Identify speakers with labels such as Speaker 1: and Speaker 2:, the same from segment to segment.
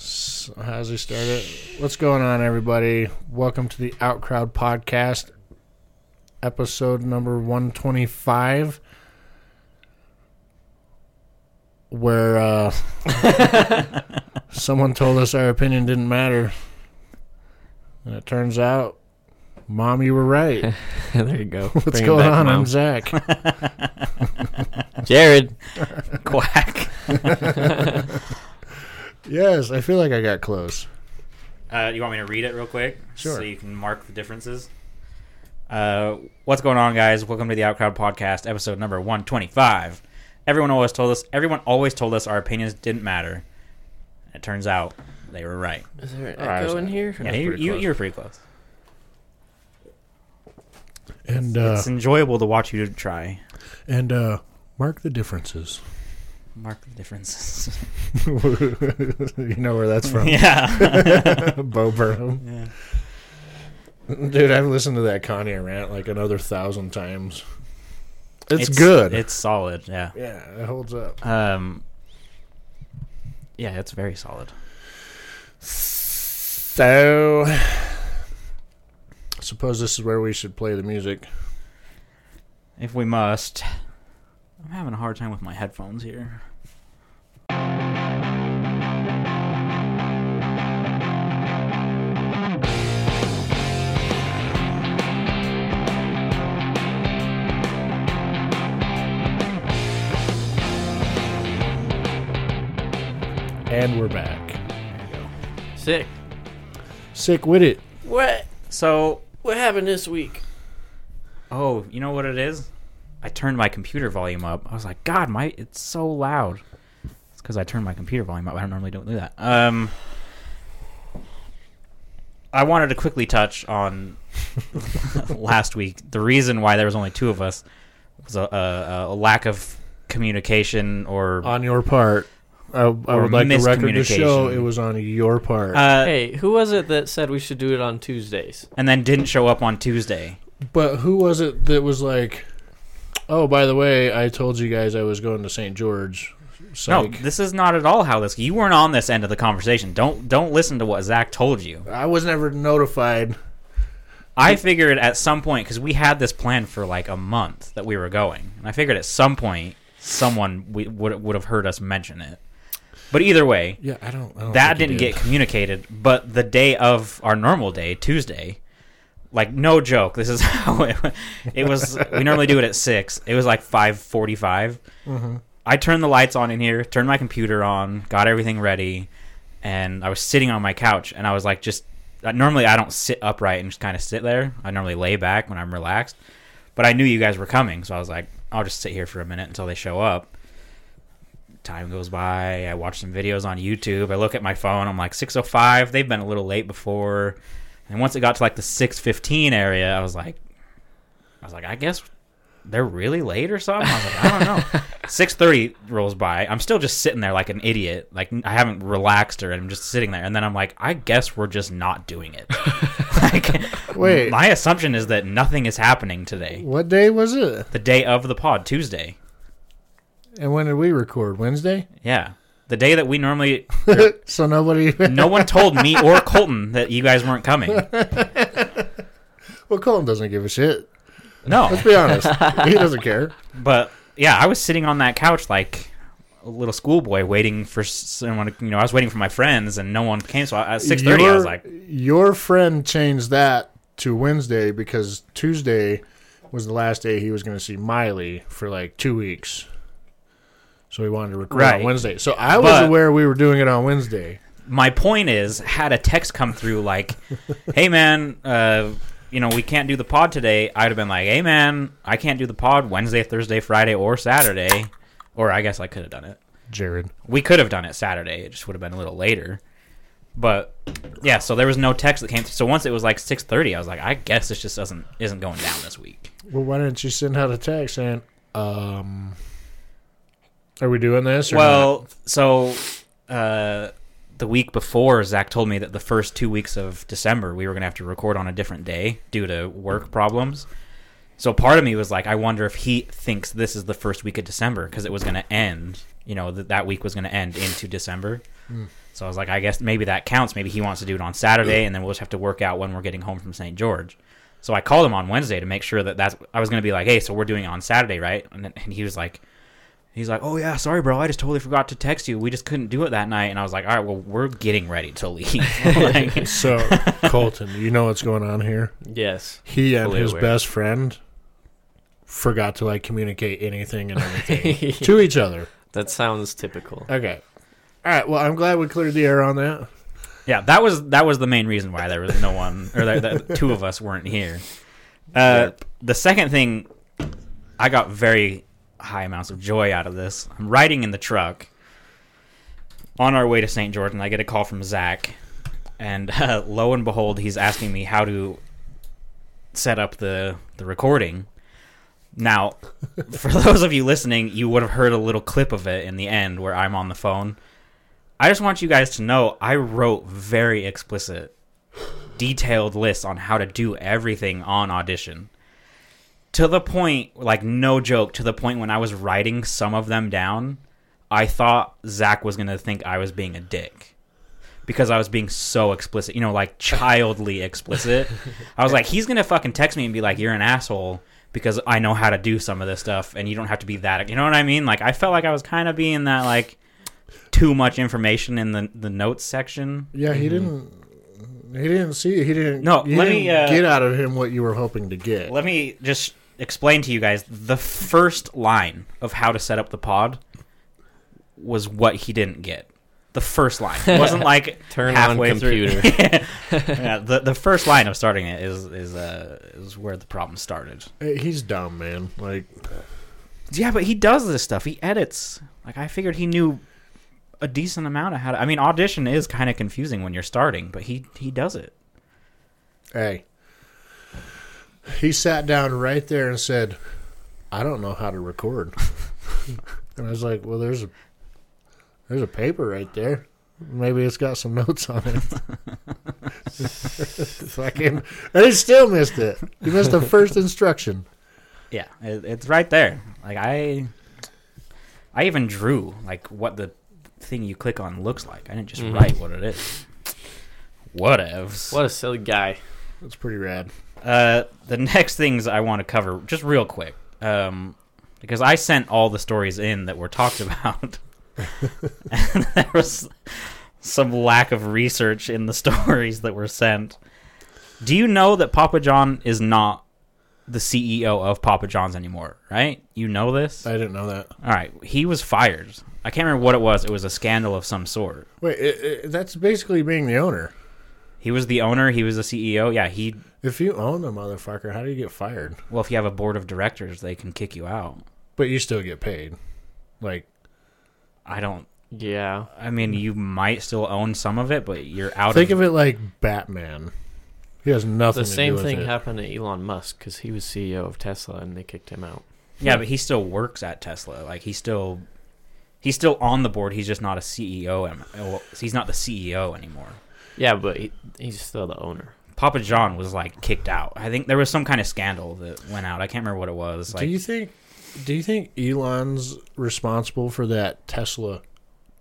Speaker 1: That's how we start it. What's going on, everybody? Welcome to the Outcrowd Podcast, episode number 125, where uh, someone told us our opinion didn't matter. And it turns out, Mom, you were right.
Speaker 2: there you go.
Speaker 1: What's
Speaker 2: Bring it
Speaker 1: going
Speaker 2: back,
Speaker 1: on?
Speaker 2: Mom.
Speaker 1: I'm Zach.
Speaker 2: Jared. Quack.
Speaker 1: yes, I feel like I got close.
Speaker 3: Uh, you want me to read it real quick?
Speaker 1: Sure.
Speaker 3: So you can mark the differences. Uh, what's going on, guys? Welcome to the Outcrowd Podcast, episode number one twenty-five. Everyone always told us. Everyone always told us our opinions didn't matter. It turns out they were right.
Speaker 2: Is there an
Speaker 3: All right, I
Speaker 2: echo
Speaker 3: was-
Speaker 2: in here?
Speaker 3: Yeah, you, you, you were pretty close.
Speaker 1: And uh,
Speaker 3: It's enjoyable to watch you try.
Speaker 1: and uh, mark the differences.
Speaker 3: Mark the differences.
Speaker 1: you know where that's from.
Speaker 3: yeah.
Speaker 1: Bo Burnham.
Speaker 3: yeah.
Speaker 1: Dude, I've listened to that Kanye rant like another thousand times. It's, good.
Speaker 3: It's solid. Yeah.
Speaker 1: yeah, it holds up.
Speaker 3: Um. Yeah, it's very solid.
Speaker 1: So, I suppose this is where we should play the music.
Speaker 3: If we must. I'm having a hard time with my headphones here.
Speaker 1: And we're back.
Speaker 2: Sick.
Speaker 1: Sick with it.
Speaker 2: What?
Speaker 3: So,
Speaker 2: What happened this week?
Speaker 3: oh, you know what it is? I turned my computer volume up. I was like, God, my it's so loud. It's because I turned my computer volume up. I don't normally don't do that. Um, I wanted to quickly touch on last week. The reason why there was only two of us was a, a, a lack of communication or
Speaker 1: On your part, I, I would like the record to show
Speaker 3: miscommunication.
Speaker 1: it was on your part.
Speaker 3: uh,
Speaker 2: Hey, who was it that said we should do it on Tuesdays?
Speaker 3: and then didn't show up on Tuesday.
Speaker 1: but who was it that was like, oh, by the way, I told you guys I was going to St. George.
Speaker 3: No,
Speaker 1: Psych.
Speaker 3: this is not at all how this. You weren't on this end of the conversation. Don't don't listen to what Zach told you.
Speaker 1: I was never notified.
Speaker 3: I figured at some point because we had this plan for like a month that we were going, and I figured at some point someone we, would would have heard us mention it. But either way,
Speaker 1: Yeah, I don't. I don't
Speaker 3: that
Speaker 1: think
Speaker 3: didn't
Speaker 1: it
Speaker 3: get communicated. But the day of our normal day, Tuesday, like no joke, this is how it, it was. we normally do it at six. It was like five forty-five. I turned the lights on in here, turned my computer on, got everything ready, and I was sitting on my couch, and I was like, just uh, normally I don't sit upright and just kind of sit there. I normally lay back when I'm relaxed, but I knew you guys were coming, so I was like, I'll just sit here for a minute until they show up. Time goes by. I watch some videos on YouTube. I look at my phone. I'm like 6:05. They've been a little late before, and once it got to like the 6:15 area, I was like, I was like, I guess they're really late or something. I was like, I don't know. 6:30 rolls by. I'm still just sitting there like an idiot. Like I haven't relaxed or I'm just sitting there. And then I'm like, I guess we're just not doing it. like,
Speaker 1: Wait.
Speaker 3: my assumption is that nothing is happening today.
Speaker 1: What day was it?
Speaker 3: The day of the pod, Tuesday.
Speaker 1: And when did we record? Wednesday?
Speaker 3: Yeah. The day that we normally
Speaker 1: so nobody.
Speaker 3: no one told me or Colton that you guys weren't coming.
Speaker 1: well, Colton doesn't give a shit.
Speaker 3: No.
Speaker 1: Let's be honest. he doesn't care.
Speaker 3: But yeah, I was sitting on that couch like a little schoolboy waiting for someone to, you know, I was waiting for my friends and no one came. So I, at 6:30 I was
Speaker 1: Your-
Speaker 3: like,
Speaker 1: Your friend changed that to Wednesday because Tuesday was the last day he was going to see Miley for like two weeks. So he wanted to record on
Speaker 3: Right.
Speaker 1: Wednesday. So I was
Speaker 3: But-
Speaker 1: aware we were doing it on Wednesday.
Speaker 3: my point is had a text come through like hey man uh you know we can't do the pod today i'd have been like hey man i can't do the pod wednesday thursday friday or saturday or i guess i could have done it
Speaker 1: Jared.
Speaker 3: we could have done it saturday it just would have been a little later but yeah so there was no text that came through so once it was like 6.30 i was like i guess this just doesn't isn't going down this week
Speaker 1: Well, why didn't you send out a text saying, um, are we doing this? Or
Speaker 3: well so uh the week before zach told me that the first two weeks of december we were going to have to record on a different day due to work problems so part of me was like i wonder if he thinks this is the first week of december because it was going to end you know that that week was going to end into December.
Speaker 1: Mm.
Speaker 3: So I was like, I guess maybe that counts. Maybe he wants to do it on Saturday, and then we'll just have to work out when we're getting home from St. George. So I called him on Wednesday to make sure that that's. I was going to be like, hey, so we're doing it on Saturday, right? And, then, and he was like, he's like, oh yeah, sorry, bro, I just totally forgot to text you. We just couldn't do it that night. And I was like, all right, well, we're getting ready to leave. Like,
Speaker 1: So, Colton, you know what's going on here?
Speaker 2: Yes.
Speaker 1: He and
Speaker 2: Totally
Speaker 1: his
Speaker 2: aware.
Speaker 1: best friend forgot to like communicate anything and everything
Speaker 2: that
Speaker 1: to each other.
Speaker 2: sounds typical.
Speaker 1: Okay. All right. Well, I'm glad we cleared the air on that.
Speaker 3: yeah, that was that was the main reason why there was no one or that, that two of us weren't here. Uh, The second thing, I got very high amounts of joy out of this. I'm riding in the truck on our way to St. George, and I get a call from Zach, and uh, lo and behold, he's asking me how to set up the the recording. Now, for those of you listening, you would have heard a little clip of it in the end where I'm on the phone. I just want you guys to know I wrote very explicit, detailed lists on how to do everything on Audition. To the point, like, no joke, to the point when I was writing some of them down, I thought Zach was going to think I was being a dick because I was being so explicit, you know, like childly explicit. I was like, he's going to fucking text me and be like, you're an asshole because I know how to do some of this stuff and you don't have to be that. You know what I mean? Like, I felt like I was kind of being that, like, too much information in the, the notes section.
Speaker 1: Yeah, he didn't. He didn't see. He didn't.
Speaker 3: Mm-hmm. No,
Speaker 1: you
Speaker 3: let
Speaker 1: didn't
Speaker 3: me, uh,
Speaker 1: get out of him what you were hoping to get.
Speaker 3: Let me just explain to you guys the first line of how to set up the pod was what he didn't get. The first line it wasn't like
Speaker 2: Turn
Speaker 3: halfway
Speaker 2: on
Speaker 3: through.
Speaker 2: computer.
Speaker 3: yeah, the the first line of starting it is is uh is where the problem started.
Speaker 1: Hey, He's dumb, man. Like,
Speaker 3: Yeah, but he does this stuff. He edits. Like I figured he knew a decent amount of how to. I mean, audition is kind of confusing when you're starting, but he he does it.
Speaker 1: hey, he sat down right there and said, "I don't know how to record." and I was like, "Well, there's a there's a paper right there. Maybe it's got some notes on it." Fucking, and he still missed it. He missed the first instruction.
Speaker 3: Yeah, it, it's right there. Like I, I even drew like what the thing you click on looks like. I didn't just
Speaker 2: Mhm.
Speaker 3: write what it is. Whatevs.
Speaker 2: What a silly guy.
Speaker 1: That's pretty rad.
Speaker 3: Uh, the next things I want to cover, just real quick, um, because I sent all the stories in that were talked about, and there was some lack of research in the stories that were sent. Do you know that Papa John is not the CEO of Papa John's anymore? Right? You know this.
Speaker 1: I didn't know that.
Speaker 3: All right, he was fired. I can't remember what it was. It was a scandal of some sort.
Speaker 1: Wait, it, it, that's basically being the owner.
Speaker 3: He was the owner. He was the CEO. Yeah, he.
Speaker 1: If you own a motherfucker, how do you get fired?
Speaker 3: Well, if you have a board of directors, they can kick you out.
Speaker 1: But you still get paid. Like,
Speaker 3: I don't.
Speaker 2: Yeah.
Speaker 3: I mean, you might still own some of it, but you're out.
Speaker 1: think
Speaker 3: of,
Speaker 1: of it like Batman. He has nothing.
Speaker 2: The
Speaker 1: to
Speaker 2: same
Speaker 1: do with
Speaker 2: thing
Speaker 1: it.
Speaker 2: happened to Elon Musk because he was CEO of Tesla and they kicked him out.
Speaker 3: Yeah, but he still works at Tesla. Like he's still, he's still on the board. He's just not a CEO. Am- well, He's not the CEO anymore.
Speaker 2: Yeah, but he, he's still the owner.
Speaker 3: Papa John was like kicked out. I think there was some kind of scandal that went out. I can't remember what it was. Like
Speaker 1: do you think? Do you think Elon's responsible for that Tesla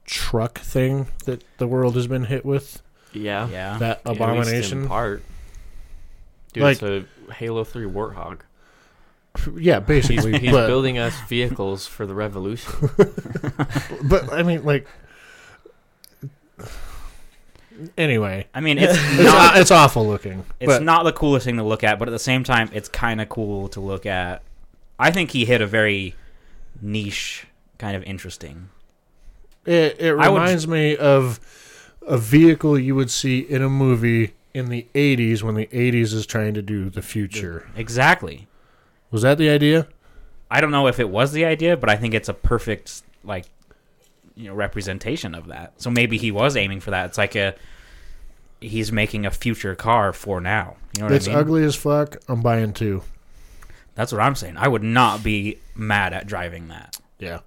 Speaker 1: truck thing that the world has been hit with?
Speaker 2: Yeah.
Speaker 3: yeah,
Speaker 1: That
Speaker 2: At least in
Speaker 1: abomination.
Speaker 2: part. Dude,
Speaker 1: Like-
Speaker 2: it's a Halo 3 Warthog.
Speaker 1: Yeah, basically.
Speaker 2: He's
Speaker 1: but,
Speaker 2: building us vehicles for the revolution.
Speaker 1: but I mean, like. Anyway,
Speaker 3: I mean it's
Speaker 1: it's,
Speaker 3: not
Speaker 1: it's awful looking.
Speaker 3: It's
Speaker 1: but
Speaker 3: not the coolest thing to look at, but at the same time, it's kind of cool to look at. I think he hit a very niche kind of interesting.
Speaker 1: It, it
Speaker 3: I would-
Speaker 1: reminds me of a vehicle you would see in a movie in the 80s when the 80s is trying to do the future.
Speaker 3: Exactly.
Speaker 1: Was that the idea?
Speaker 3: I don't know if it was the idea, but I think it's a perfect like you know representation of that. So maybe he was aiming for that. It's like a he's making a future car for now. You know what
Speaker 1: It's
Speaker 3: I mean?
Speaker 1: ugly as fuck. I'm buying two.
Speaker 3: That's what I'm saying. I would not be mad at driving that.
Speaker 1: Yeah.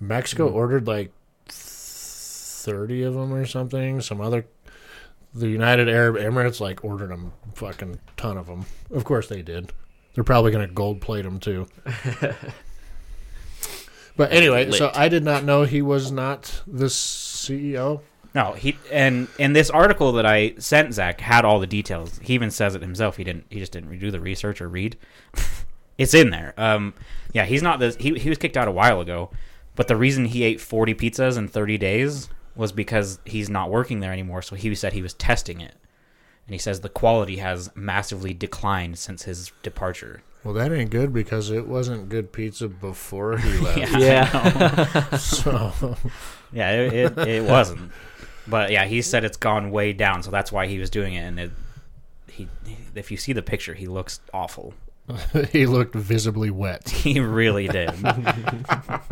Speaker 1: Mexico ordered like 30 of them or something. Some other. The United Arab Emirates like ordered them fucking ton of them. Of course they did. They're probably going to gold plate them too. But anyway, so
Speaker 2: Lit.
Speaker 1: I did not know he was not the E CEO.
Speaker 3: No, he and and this article that I sent Zach had all the details. He even says it himself. He didn't. He just didn't do the research or read. it's in there. Um, yeah, he's not the. He he was kicked out a while ago, but the reason he ate forty pizzas in thirty days was because he's not working there anymore. So he said he was testing it, and he says the quality has massively declined since his departure.
Speaker 1: Well, that ain't good because it wasn't good pizza before he left.
Speaker 3: Yeah. Yeah.
Speaker 1: So
Speaker 3: Yeah, it, it, it wasn't. But yeah, he said it's gone way down, so that's why he was doing it. And it, he, if you see the picture, he looks awful.
Speaker 1: he looked visibly wet.
Speaker 3: He really did.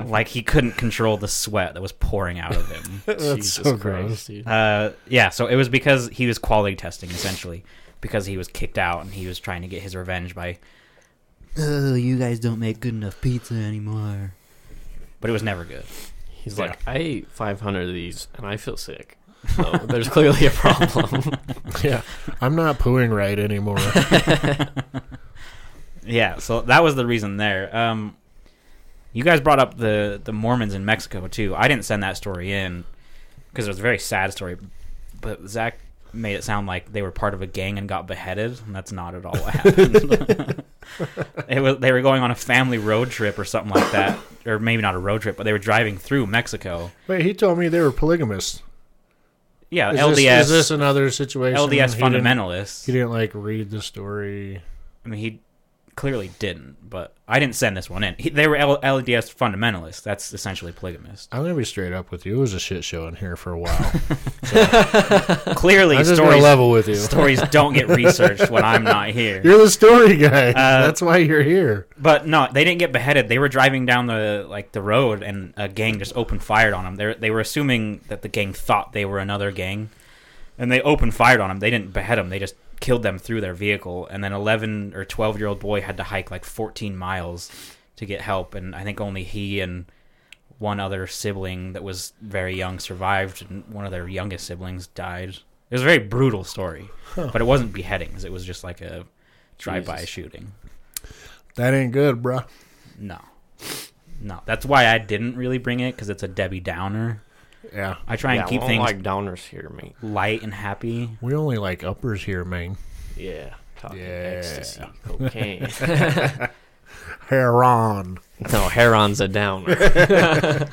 Speaker 3: like he couldn't control the sweat that was pouring out of him.
Speaker 1: That's
Speaker 2: Jesus
Speaker 1: so
Speaker 2: Christ,
Speaker 1: gross.
Speaker 2: dude.
Speaker 3: Uh, yeah, so it was because he was quality testing essentially, because he was kicked out and he was trying to get his revenge by. Oh, you guys don't make good enough pizza anymore. But it was never good.
Speaker 2: He's
Speaker 3: Yeah.
Speaker 2: like, I ate 500 of these and I feel sick. So there's clearly a problem.
Speaker 1: Yeah, I'm not pooing right anymore.
Speaker 3: Yeah, so that was the reason there. Um, you guys brought up the the Mormons in Mexico too. I didn't send that story in because it was a very sad story, but Zach made it sound like they were part of a gang and got beheaded, and that's not at all what happened. it was, they were going on a family road trip or something like that, or maybe not a road trip, but they were driving through Mexico.
Speaker 1: Wait, he told me they were polygamists.
Speaker 3: Yeah,
Speaker 1: Is
Speaker 3: LDS
Speaker 1: This, is this another situation?
Speaker 3: LDS
Speaker 1: he didn't-
Speaker 3: fundamentalists.
Speaker 1: He didn't like read the story.
Speaker 3: I mean, he clearly didn't, but I didn't send this one in. He, they were L- LDS fundamentalists. That's essentially polygamist.
Speaker 1: I'm gonna be straight up with you. It was a shit show in here for a while.
Speaker 3: Clearly,
Speaker 1: I'm just gonna
Speaker 3: stories
Speaker 1: level with you.
Speaker 3: stories don't get researched when I'm not here.
Speaker 1: You're the story guy.
Speaker 3: Uh,
Speaker 1: That's why you're here.
Speaker 3: But no, they didn't get beheaded. They were driving down the like the road, and a gang just opened fire on them. They they were assuming that the gang thought they were another gang, and they opened fire on them. They didn't behead them. They just killed them through their vehicle. And then eleven or twelve year old boy had to hike like fourteen miles to get help, and I think only he and one other sibling that was very young survived, and one of their youngest siblings died. It was a very brutal story, but it wasn't beheadings. It was just like a drive-by
Speaker 2: Jesus.
Speaker 3: shooting.
Speaker 1: That ain't good, bruh.
Speaker 3: No, no. That's why I didn't really bring it because it's a Debbie Downer.
Speaker 1: Yeah,
Speaker 3: I try and
Speaker 2: Yeah, I
Speaker 3: keep
Speaker 2: don't
Speaker 3: things
Speaker 2: like downers here, mate.
Speaker 3: light and happy.
Speaker 1: we only like uppers here, man.
Speaker 2: Yeah. Talking
Speaker 1: Yeah.
Speaker 2: ecstasy, cocaine.
Speaker 1: Heron.
Speaker 2: no, Heron's a downer.
Speaker 3: Uh,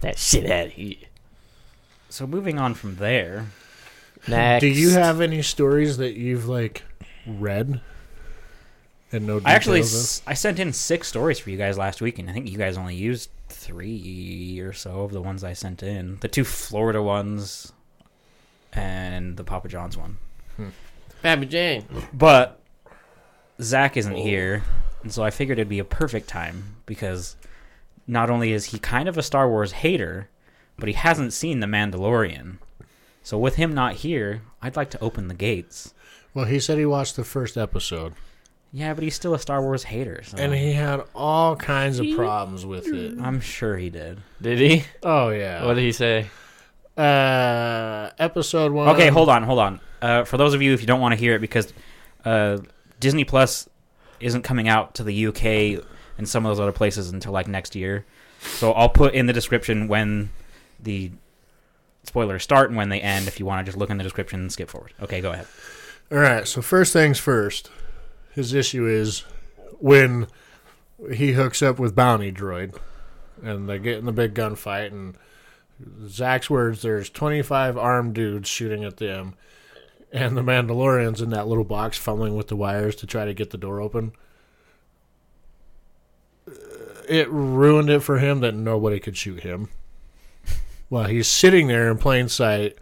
Speaker 2: that shit had heat.
Speaker 3: so moving on from there,
Speaker 2: Next.
Speaker 1: Do you have any stories that you've like read and no
Speaker 3: I actually
Speaker 1: details
Speaker 3: s- I sent in six stories for you guys last week, and I think you guys only used three or so of the ones I sent in. The two Florida ones and the Papa John's one.
Speaker 2: Papa Jane?
Speaker 3: But Zach isn't
Speaker 2: Oh.
Speaker 3: here, and so I figured it'd be a perfect time because not only is he kind of a Star Wars hater, but he hasn't seen The Mandalorian. So with him not here, I'd like to open the gates.
Speaker 1: of? Well, he said he watched the first episode
Speaker 3: Yeah, but he's still a Star Wars hater. So
Speaker 1: and he had all kinds of problems with it.
Speaker 3: I'm sure he did.
Speaker 2: Did he?
Speaker 1: Oh yeah.
Speaker 2: What did he say?
Speaker 1: uh, episode one.
Speaker 3: Okay, hold on, hold on. Uh, for those of you if you don't want to hear it, because uh, Disney Plus isn't coming out to the UK and some of those other places until like next year. So I'll put in the description when the spoilers start and when they end. If you want to just look in the description and skip forward. Okay, go ahead.
Speaker 1: All right. So first things first. His issue is when he hooks up with Bounty Droid, and they get in the big gunfight. And Zach's words: "There's 25 armed dudes shooting at them." And the Mandalorian's in that little box fumbling with the wires to try to get the door open. Uh, It ruined it for him that nobody could shoot him. While he's sitting there in plain sight,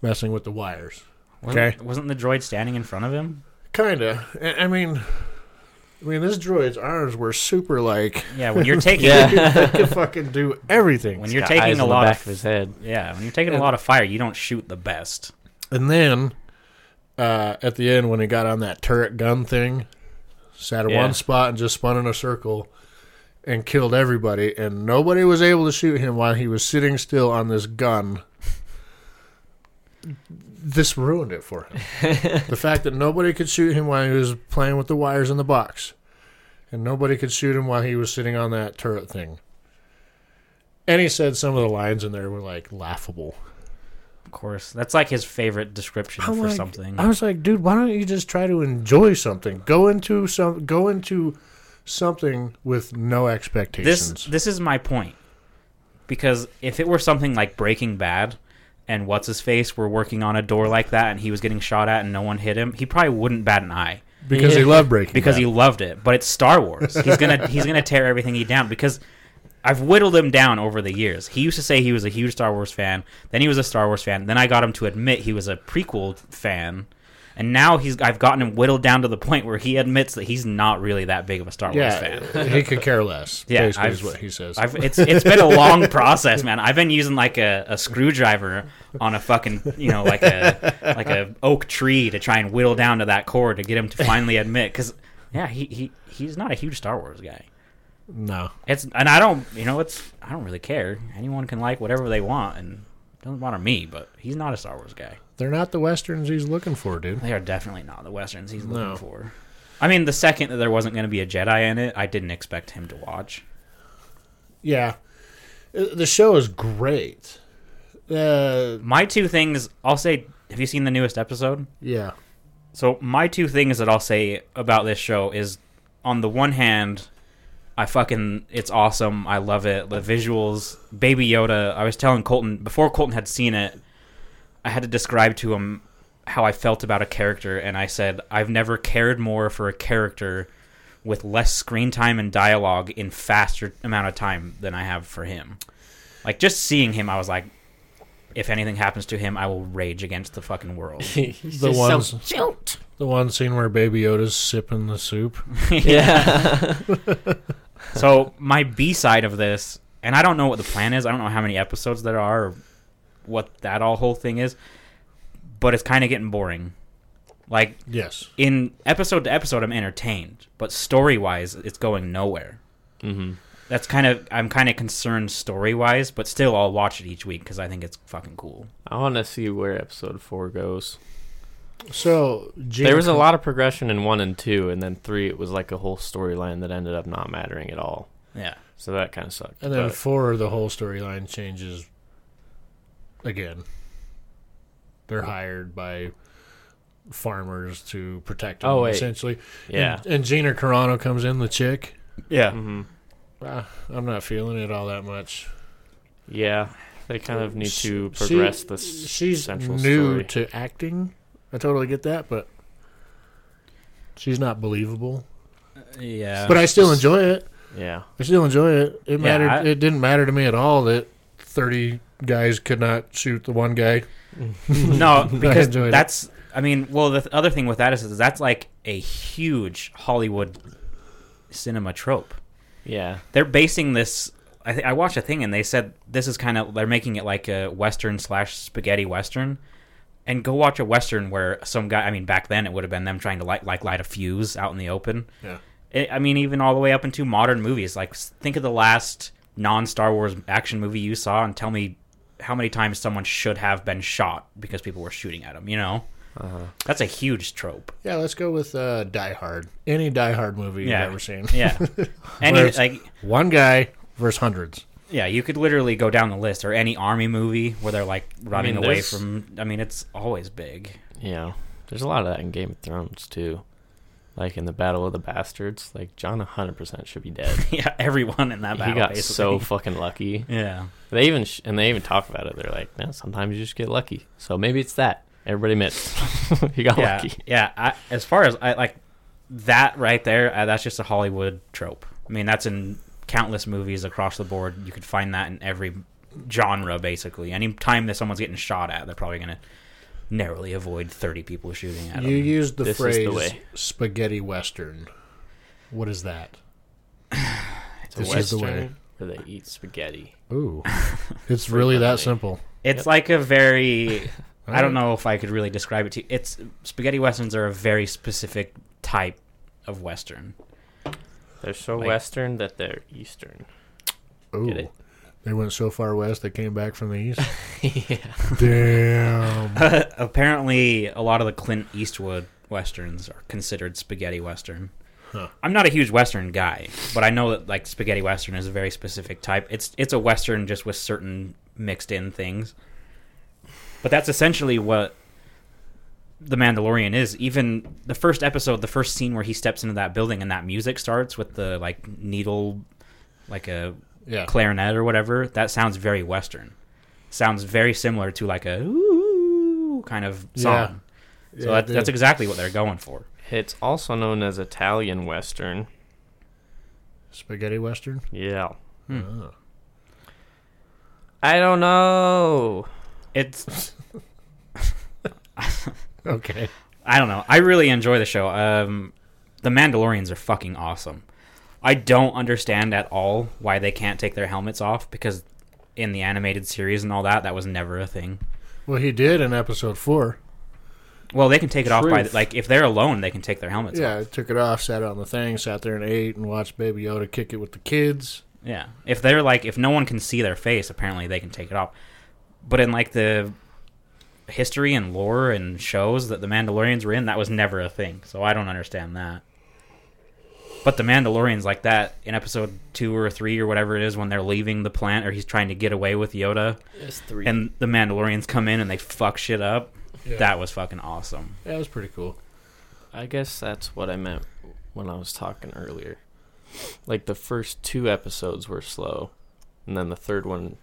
Speaker 1: messing with the wires.
Speaker 3: Wasn't,
Speaker 1: Okay.
Speaker 3: Wasn't the droid standing in front of him?
Speaker 1: Kinda. I I mean, I mean, this droid's arms were super like
Speaker 3: Yeah, when you're taking
Speaker 2: Yeah.
Speaker 1: they could fucking do everything.
Speaker 3: when you're
Speaker 2: Got
Speaker 3: taking
Speaker 2: eyes
Speaker 3: a
Speaker 2: on the
Speaker 3: lot
Speaker 2: back
Speaker 3: of
Speaker 2: of his head.
Speaker 3: yeah when you're taking a lot of fire, you don't shoot the best.
Speaker 1: and then uh, at the end, when he got on that turret gun thing, sat at
Speaker 2: Yeah.
Speaker 1: one spot and just spun in a circle and killed everybody, and nobody was able to shoot him while he was sitting still on this gun. This ruined it for him. the fact that nobody could shoot him while he was playing with the wires in the box, and nobody could shoot him while he was sitting on that turret thing. And he said some of the lines in there were like laughable.
Speaker 3: Of course, that's like his favorite description
Speaker 1: I'm
Speaker 3: for
Speaker 1: like-
Speaker 3: something.
Speaker 1: I was like, dude, why don't you just try to enjoy something? Go into some, go into something with no
Speaker 3: this
Speaker 1: expectations.
Speaker 3: this is my point because if it were something like Breaking Bad and what's his face were working on a door like that and he was getting shot at and no one hit him, he probably wouldn't bat an eye
Speaker 1: because he
Speaker 2: Yeah.
Speaker 1: loved Breaking
Speaker 3: because
Speaker 1: Bad.
Speaker 3: he loved it. But it's Star Wars. He's gonna he's gonna tear everything he down because. I've whittled him down over the years. He used to say he was a huge Star Wars fan. Then he was a Star Wars fan. Then I got him to admit he was a prequel fan, and now he's I've gotten him whittled down to the point where he admits that he's not really that big of a Star Wars fan.
Speaker 1: yeah, he could care less.
Speaker 3: Yeah,
Speaker 1: basically is
Speaker 3: I've-
Speaker 1: what he says.
Speaker 3: I've, it's it's been a long process, man. I've been using like a, a screwdriver on a fucking you know like a like a oak tree to try and whittle down to that core to get him to finally admit. Because yeah, he, he he's not a huge Star Wars guy.
Speaker 1: no,
Speaker 3: It's and I don't you know it's I don't really care. Anyone can like whatever they want and it doesn't bother me. But he's not a Star Wars guy.
Speaker 1: they're not the westerns he's looking for, dude.
Speaker 3: They are definitely not the westerns he's looking
Speaker 1: No.
Speaker 3: for. I mean, the second that there wasn't going to be a Jedi in it, I didn't expect him to watch.
Speaker 1: Yeah, Uh, the show is great. Uh,
Speaker 3: My two things, I'll say. Have you seen the newest episode?
Speaker 1: yeah,
Speaker 3: So my two things that I'll say about this show is, on the one hand, I fucking it's awesome. I love it. The visuals, Baby Yoda. I was telling Colton before Colton had seen it, I had to describe to him how I felt about a character, and I said I've never cared more for a character with less screen time and dialogue in faster amount of time than I have for him. Like just seeing him, I was like, if anything happens to him, I will rage against the fucking world.
Speaker 2: He's
Speaker 1: The
Speaker 2: just
Speaker 1: ones-
Speaker 2: so choked.
Speaker 1: the one scene where Baby Yoda's sipping the soup.
Speaker 2: Yeah.
Speaker 3: so my B side of this, and I don't know what the plan is. I don't know how many episodes there are, or what that all whole thing is, but it's kind of getting boring. Like
Speaker 1: Yes,
Speaker 3: in episode to episode, I'm entertained, but story wise, it's going nowhere.
Speaker 2: mm-hmm.
Speaker 3: That's kind of I'm kind of concerned story wise, but still I'll watch it each week because I think it's fucking cool.
Speaker 2: I want to see where episode four goes.
Speaker 1: so Gene
Speaker 2: There was a
Speaker 1: Cr-
Speaker 2: lot of progression in one and two, and then three, it was like a whole storyline that ended up not mattering at all.
Speaker 3: Yeah,
Speaker 2: So that kind of sucked.
Speaker 1: and then
Speaker 2: but-
Speaker 1: four, the whole storyline changes again. They're hired by farmers to protect them,
Speaker 2: Oh, wait.
Speaker 1: essentially.
Speaker 2: yeah.
Speaker 1: and, and Gina Carano comes in, the chick.
Speaker 3: yeah.
Speaker 1: Mm.
Speaker 2: hmm
Speaker 1: Ah, I'm not feeling it all that much.
Speaker 2: Yeah. They kind of need
Speaker 1: She-
Speaker 2: to
Speaker 1: she-
Speaker 2: progress this
Speaker 1: she's
Speaker 2: central
Speaker 1: new
Speaker 2: story.
Speaker 1: to acting. I totally get that, but she's not believable.
Speaker 3: Yeah,
Speaker 1: But I still enjoy it.
Speaker 2: yeah.
Speaker 1: I still enjoy it. It
Speaker 3: Yeah,
Speaker 1: mattered.
Speaker 3: I-
Speaker 1: it didn't matter to me at all that 30 guys could not shoot the one guy.
Speaker 3: no, because
Speaker 1: enjoyed it.
Speaker 3: that's. I mean, well, the th- other thing with that is, is that's like a huge Hollywood cinema trope.
Speaker 2: Yeah.
Speaker 3: They're basing this. I, th- I watched a thing and they said this is kind of they're making it like a western slash spaghetti western. And go watch a western where some guy. I mean, back then it would have been them trying to light like light a fuse out in the open.
Speaker 1: Yeah.
Speaker 3: I I mean, even all the way up into modern movies. Like, s- think of the last non Star Wars action movie you saw, and tell me how many times someone should have been shot because people were shooting at them. You know,
Speaker 2: Uh-huh.
Speaker 3: that's a huge trope.
Speaker 1: Yeah, let's go with uh, Die Hard. Any Die Hard movie
Speaker 3: Yeah.
Speaker 1: you've ever seen.
Speaker 3: Yeah, and
Speaker 1: Whereas-
Speaker 3: like,
Speaker 1: One guy versus hundreds.
Speaker 3: yeah, you could literally go down the list, or any army movie where they're like running
Speaker 2: mean,
Speaker 3: away
Speaker 2: there's-
Speaker 3: from. I mean, it's always big.
Speaker 2: Yeah. There's a lot of that in Game of Thrones, too. Like in the Battle of the Bastards, like John 100% should be dead.
Speaker 3: yeah, everyone in that
Speaker 2: he
Speaker 3: battle.
Speaker 2: got
Speaker 3: basically.
Speaker 2: so fucking lucky.
Speaker 3: yeah,
Speaker 2: They even sh- and they even talk about it. They're like, man, sometimes you just get lucky. So maybe it's that everybody admits he got
Speaker 3: yeah,
Speaker 2: lucky.
Speaker 3: yeah. I, as far as I like that right there, uh, that's just a Hollywood trope. I mean, that's in countless movies across the board. You could find that in every genre, basically. Any time that someone's getting shot at, they're probably gonna narrowly avoid thirty people shooting at them.
Speaker 1: You used the
Speaker 2: This is
Speaker 1: phrase
Speaker 2: the way.
Speaker 1: spaghetti western. What is that?
Speaker 2: It's
Speaker 1: This is the way.
Speaker 2: where they eat spaghetti.
Speaker 1: Ooh. It's really that
Speaker 2: Frequently.
Speaker 1: simple.
Speaker 3: it's like a very I don't know if I could really describe it to you. It's spaghetti westerns are a very specific type of western.
Speaker 2: They're so
Speaker 3: Like-
Speaker 2: western that they're eastern.
Speaker 1: Ooh.
Speaker 2: Get it?
Speaker 1: They went so far west they came back from the east.
Speaker 2: yeah.
Speaker 1: Damn.
Speaker 3: Apparently, a lot of the Clint Eastwood westerns are considered spaghetti western. I'm not a huge Western guy, but I know that like spaghetti Western is a very specific type. It's it's a Western just with certain mixed in things. But that's essentially what the Mandalorian is. Even the first episode, the first scene where he steps into that building and that music starts with the like needle, like a
Speaker 1: Yeah.
Speaker 3: clarinet or whatever. That sounds very Western. Sounds very similar to like a ooh kind of
Speaker 1: Yeah.
Speaker 3: song.
Speaker 1: Yeah,
Speaker 3: So that,
Speaker 1: dude.
Speaker 3: that's exactly what they're going for.
Speaker 2: It's also known as Italian Western.
Speaker 1: spaghetti western.
Speaker 2: Yeah.
Speaker 1: Oh.
Speaker 2: I don't know.
Speaker 3: It's
Speaker 1: Okay.
Speaker 3: I don't know. I really enjoy the show. Um, the Mandalorians are fucking awesome. I don't understand at all why they can't take their helmets off because in the animated series and all that, that was never a thing.
Speaker 1: Well, he did in episode four.
Speaker 3: Well, they can take it off by
Speaker 2: Truth.
Speaker 3: like if they're alone, they can take their helmets
Speaker 1: yeah,
Speaker 3: off.
Speaker 1: took it off, sat on the thing, sat there and ate and watched Baby Yoda kick it with the kids.
Speaker 3: Yeah. If they're like if no one can see their face, apparently they can take it off. But in like the history and lore and shows that the Mandalorians were in, that was never a thing. So I don't understand that. But the Mandalorians like that in episode 2 or 3 or whatever it is when they're leaving the plant or he's trying to get away with Yoda
Speaker 2: It's three.
Speaker 3: and the Mandalorians come in and they fuck shit up.
Speaker 1: Yeah.
Speaker 3: That was fucking awesome.
Speaker 1: That was pretty cool.
Speaker 2: I guess that's what I meant when I was talking earlier. Like the first two episodes were slow, and then the third one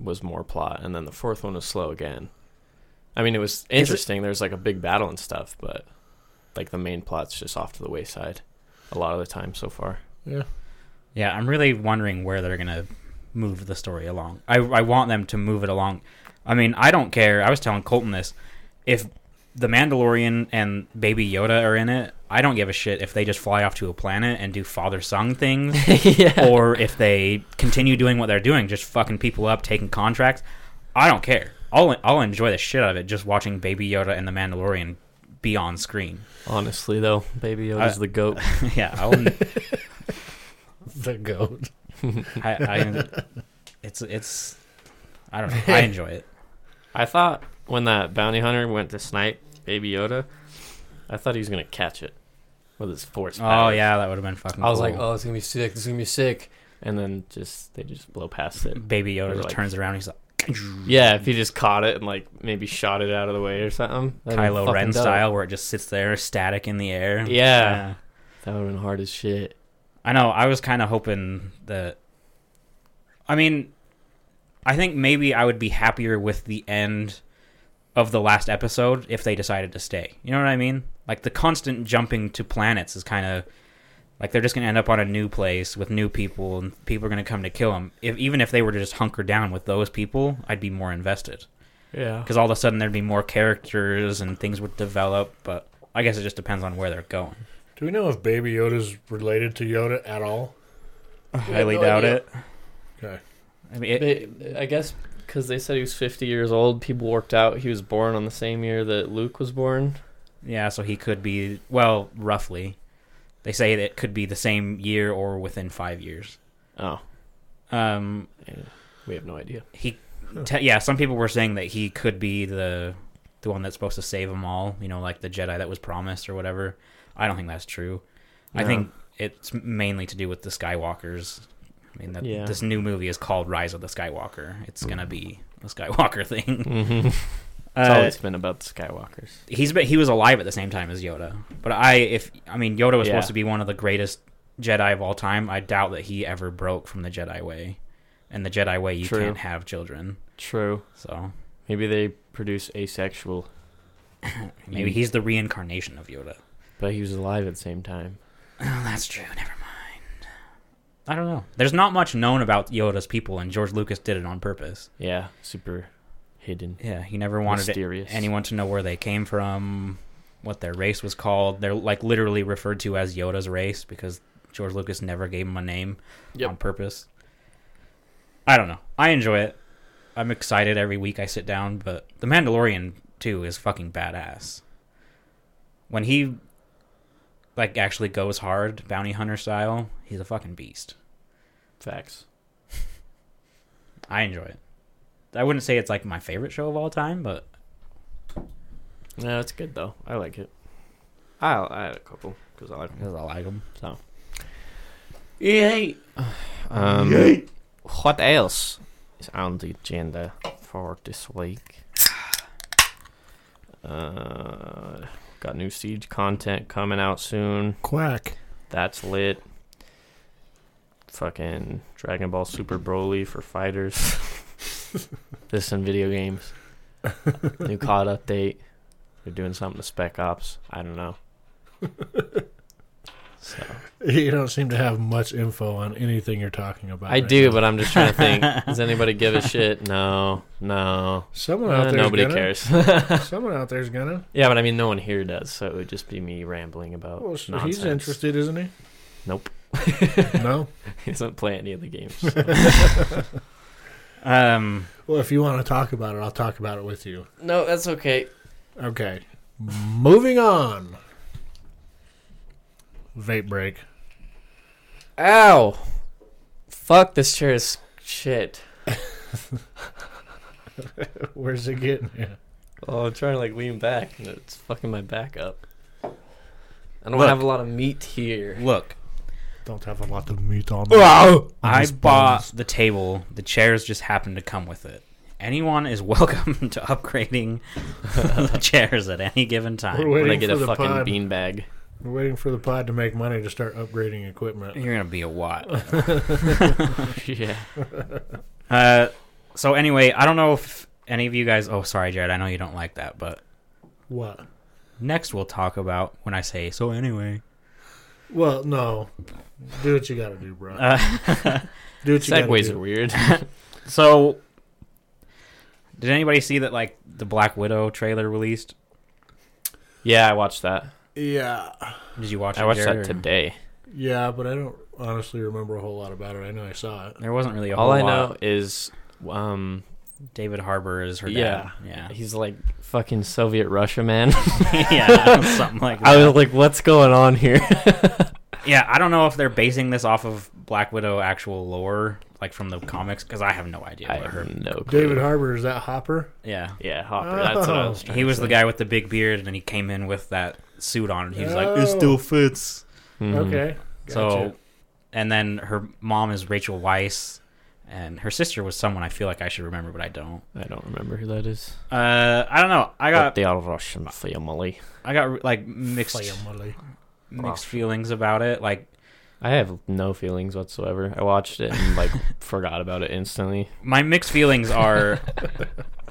Speaker 2: was more plot, and then the fourth one was slow again. I mean, it was interesting. There was like a big battle and stuff, but like the main plot's just off to the wayside a lot of the time so far.
Speaker 1: Yeah.
Speaker 3: Yeah, I'm really wondering where they're gonna move the story along. I I want them to move it along. I mean, I don't care. I was telling Colton this. If the Mandalorian and Baby Yoda are in it, I don't give a shit if they just fly off to a planet and do father son things,
Speaker 2: yeah.
Speaker 3: or if they continue doing what they're doing, just fucking people up, taking contracts. I don't care. I'll I'll enjoy the shit out of it just watching Baby Yoda and the Mandalorian be on screen.
Speaker 2: Honestly, though, Baby Yoda's
Speaker 3: I-
Speaker 2: the goat.
Speaker 3: yeah, I'll
Speaker 1: The goat.
Speaker 3: I, I it's it's I don't know. I enjoy it.
Speaker 2: I thought when that bounty hunter went to snipe Baby Yoda, I thought he was gonna catch it with his force.
Speaker 3: Oh
Speaker 2: powers.
Speaker 3: yeah, that would have been fucking.
Speaker 2: I was
Speaker 3: cool.
Speaker 2: like, oh, it's gonna be sick. It's gonna be sick. And then just they just blow past it.
Speaker 3: oh, baby Yoda
Speaker 2: Or
Speaker 3: just
Speaker 2: like-
Speaker 3: turns around. He's like,
Speaker 2: Yeah, if he just caught it and like maybe shot it out of the way or something. that'd be
Speaker 3: Kylo
Speaker 2: fucking
Speaker 3: Ren
Speaker 2: dope.
Speaker 3: style, where it just sits there, static in the air.
Speaker 2: Yeah. That would have been hard as shit.
Speaker 3: I know. I was kind of hoping that. I mean, I think maybe I would be happier with the end of the last episode if they decided to stay. You know what I mean? Like the constant jumping to planets is kind of like they're just going to end up on a new place with new people and people are going to come to kill them. If even if they were to just hunker down with those people, I'd be more invested
Speaker 2: Yeah.
Speaker 3: because all of a sudden there'd be more characters and things would develop, but I guess it just depends on where they're going.
Speaker 1: Do we know if Baby Yoda's related to Yoda at all?
Speaker 3: highly
Speaker 2: no
Speaker 3: doubt
Speaker 2: idea.
Speaker 3: it.
Speaker 1: Okay.
Speaker 3: I mean, it,
Speaker 2: They, I guess because they said he was 50 years old, people worked out he was born on the same year that Luke was born.
Speaker 3: Yeah, so he could be well, roughly. They say that it could be the same year or within five years.
Speaker 2: Oh,
Speaker 3: Um,
Speaker 2: we have no idea.
Speaker 3: he, te- yeah, some people were saying that he could be the the one that's supposed to save them all. You know, like the Jedi that was promised or whatever. I don't think that's true. I
Speaker 2: No.
Speaker 3: think it's mainly to do with the Skywalkers. I mean, that,
Speaker 2: Yeah.
Speaker 3: this new movie is called Rise of the Skywalker. It's gonna be a Skywalker thing.
Speaker 2: Mm-hmm. It's
Speaker 3: Uh,
Speaker 2: always been about the Skywalkers.
Speaker 3: he's been he was alive at the same time as Yoda. But I if I mean Yoda was
Speaker 2: Yeah.
Speaker 3: supposed to be one of the greatest Jedi of all time. I doubt that he ever broke from the Jedi way. And the Jedi way you
Speaker 2: True.
Speaker 3: can't have children.
Speaker 2: True.
Speaker 3: So
Speaker 2: Maybe they produce asexual,
Speaker 3: maybe he's the reincarnation of Yoda.
Speaker 2: but he was alive at the same time.
Speaker 3: Oh, that's true. Never mind. I don't know. There's not much known about Yoda's people and George Lucas did it on purpose.
Speaker 2: Yeah, super hidden.
Speaker 3: Yeah, he never wanted it-
Speaker 2: Mysterious.
Speaker 3: anyone to know where they came from, what their race was called. They're like literally referred to as Yoda's race because George Lucas never gave him a name
Speaker 2: Yep.
Speaker 3: on purpose. I don't know. I enjoy it. I'm excited every week I sit down, but The Mandalorian too is fucking badass. When he like actually goes hard, bounty hunter style, he's a fucking beast.
Speaker 2: Facts.
Speaker 3: I enjoy it. I wouldn't say it's like my favorite show of all time, but
Speaker 2: No, it's good though. I like it. I I had a couple. because I like 'em.
Speaker 3: because I like them.
Speaker 2: So. Yay! Um, What else is on the agenda for this week? Uh, got new Siege content coming out soon.
Speaker 1: Quack.
Speaker 2: That's lit. Fucking Dragon Ball Super Broly for fighters. this in video games. New COD update. They're doing something to Spec Ops. I don't know. So
Speaker 1: You don't seem to have much info on anything you're talking about.
Speaker 2: I
Speaker 1: right
Speaker 2: do,
Speaker 1: now.
Speaker 2: but I'm just trying to think. Does anybody give a shit? No, no.
Speaker 1: someone out eh?
Speaker 2: Uh,
Speaker 1: there's
Speaker 2: nobody
Speaker 1: gonna.
Speaker 2: cares.
Speaker 1: Someone out there's gonna.
Speaker 2: yeah, but I mean, no one here does, so it would just be me rambling about
Speaker 1: Well, so
Speaker 2: Oh, nonsense.
Speaker 1: he's interested, isn't he?
Speaker 2: Nope,
Speaker 1: no.
Speaker 2: he doesn't play any of the games. so.
Speaker 3: Um,
Speaker 1: Well, if you want to talk about it, I'll talk about it with you.
Speaker 2: no, that's okay.
Speaker 1: Okay. Moving on. Vape break.
Speaker 2: Ow! Fuck, this chair is shit.
Speaker 1: Where's it getting? you?
Speaker 2: Oh, I'm trying to like lean back, and it's fucking my back up. I don't
Speaker 3: Look.
Speaker 2: have a lot of meat here.
Speaker 3: look,
Speaker 1: Don't have a lot of meat on.
Speaker 3: Wow. I
Speaker 1: These
Speaker 3: bought
Speaker 1: bones.
Speaker 3: the table. The chairs just happened to come with it. Anyone is welcome to upgrading the chairs at any given
Speaker 1: We're
Speaker 3: time.
Speaker 2: When I
Speaker 1: waiting
Speaker 2: get
Speaker 1: for
Speaker 2: a
Speaker 1: the
Speaker 2: fucking
Speaker 1: pod.
Speaker 2: beanbag.
Speaker 1: We're waiting for the pod to make money to start upgrading equipment.
Speaker 3: You're gonna be a what?
Speaker 2: yeah.
Speaker 3: Uh, so anyway, I don't know if any of you guys. Oh, sorry, Jared. I know you don't like that, but
Speaker 1: What?
Speaker 3: next we'll talk about when I say so. Anyway,
Speaker 1: Well, no. Do what you got to do, bro.
Speaker 3: uh,
Speaker 1: do what you got to
Speaker 2: Segways are
Speaker 1: do.
Speaker 2: weird.
Speaker 3: so did anybody see that like the Black Widow trailer released?
Speaker 2: yeah, I watched that.
Speaker 1: Yeah.
Speaker 3: Did you watch?
Speaker 2: I
Speaker 3: it,
Speaker 2: watched
Speaker 3: Jared,
Speaker 2: that
Speaker 3: or-
Speaker 2: today.
Speaker 1: Yeah, but I don't honestly remember a whole lot about it. I know I saw it.
Speaker 3: There wasn't really a whole
Speaker 2: All I
Speaker 3: lot.
Speaker 2: know is, um,
Speaker 3: David Harbour is her
Speaker 2: Yeah.
Speaker 3: dad.
Speaker 2: he's like fucking Soviet Russia man.
Speaker 3: Yeah, yeah, something like that.
Speaker 2: I was like, what's going on here?
Speaker 3: yeah, I don't know if they're basing this off of Black Widow actual lore, like from the comics, because I have no idea
Speaker 2: I
Speaker 3: what her.
Speaker 2: have no clue.
Speaker 1: David Harbour is that Hopper?
Speaker 3: Yeah,
Speaker 2: Yeah, Hopper. That's what I was.
Speaker 1: Oh.
Speaker 2: Trying
Speaker 3: he
Speaker 2: to
Speaker 3: was
Speaker 2: say.
Speaker 3: the guy with the big beard, and then he came in with that suit on, and he was like, "It
Speaker 1: Oh.
Speaker 3: still fits."
Speaker 2: Mhm.
Speaker 1: Okay.
Speaker 3: Mm-hmm. So, and then her mom is Rachel Weiss, and her sister was someone I feel like I should remember, but I don't.
Speaker 2: I don't remember who that is.
Speaker 3: Uh, I don't know. I
Speaker 2: But
Speaker 3: got
Speaker 2: they are Russian family.
Speaker 3: I got like
Speaker 1: mixed.
Speaker 3: mixed mixed feelings about it. Like
Speaker 2: I have no feelings whatsoever. I watched it and like forgot about it instantly.
Speaker 3: my mixed feelings are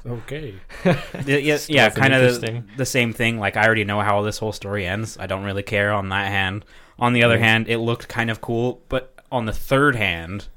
Speaker 1: Okay.
Speaker 3: Y- yeah,
Speaker 2: Still
Speaker 3: yeah
Speaker 2: isn't
Speaker 3: kind of the,
Speaker 2: interesting.
Speaker 3: the same thing. Like I already know how this whole story ends. I don't really care on that hand. On the other
Speaker 2: Mhm.
Speaker 3: hand, it looked kind of cool, but on the third hand,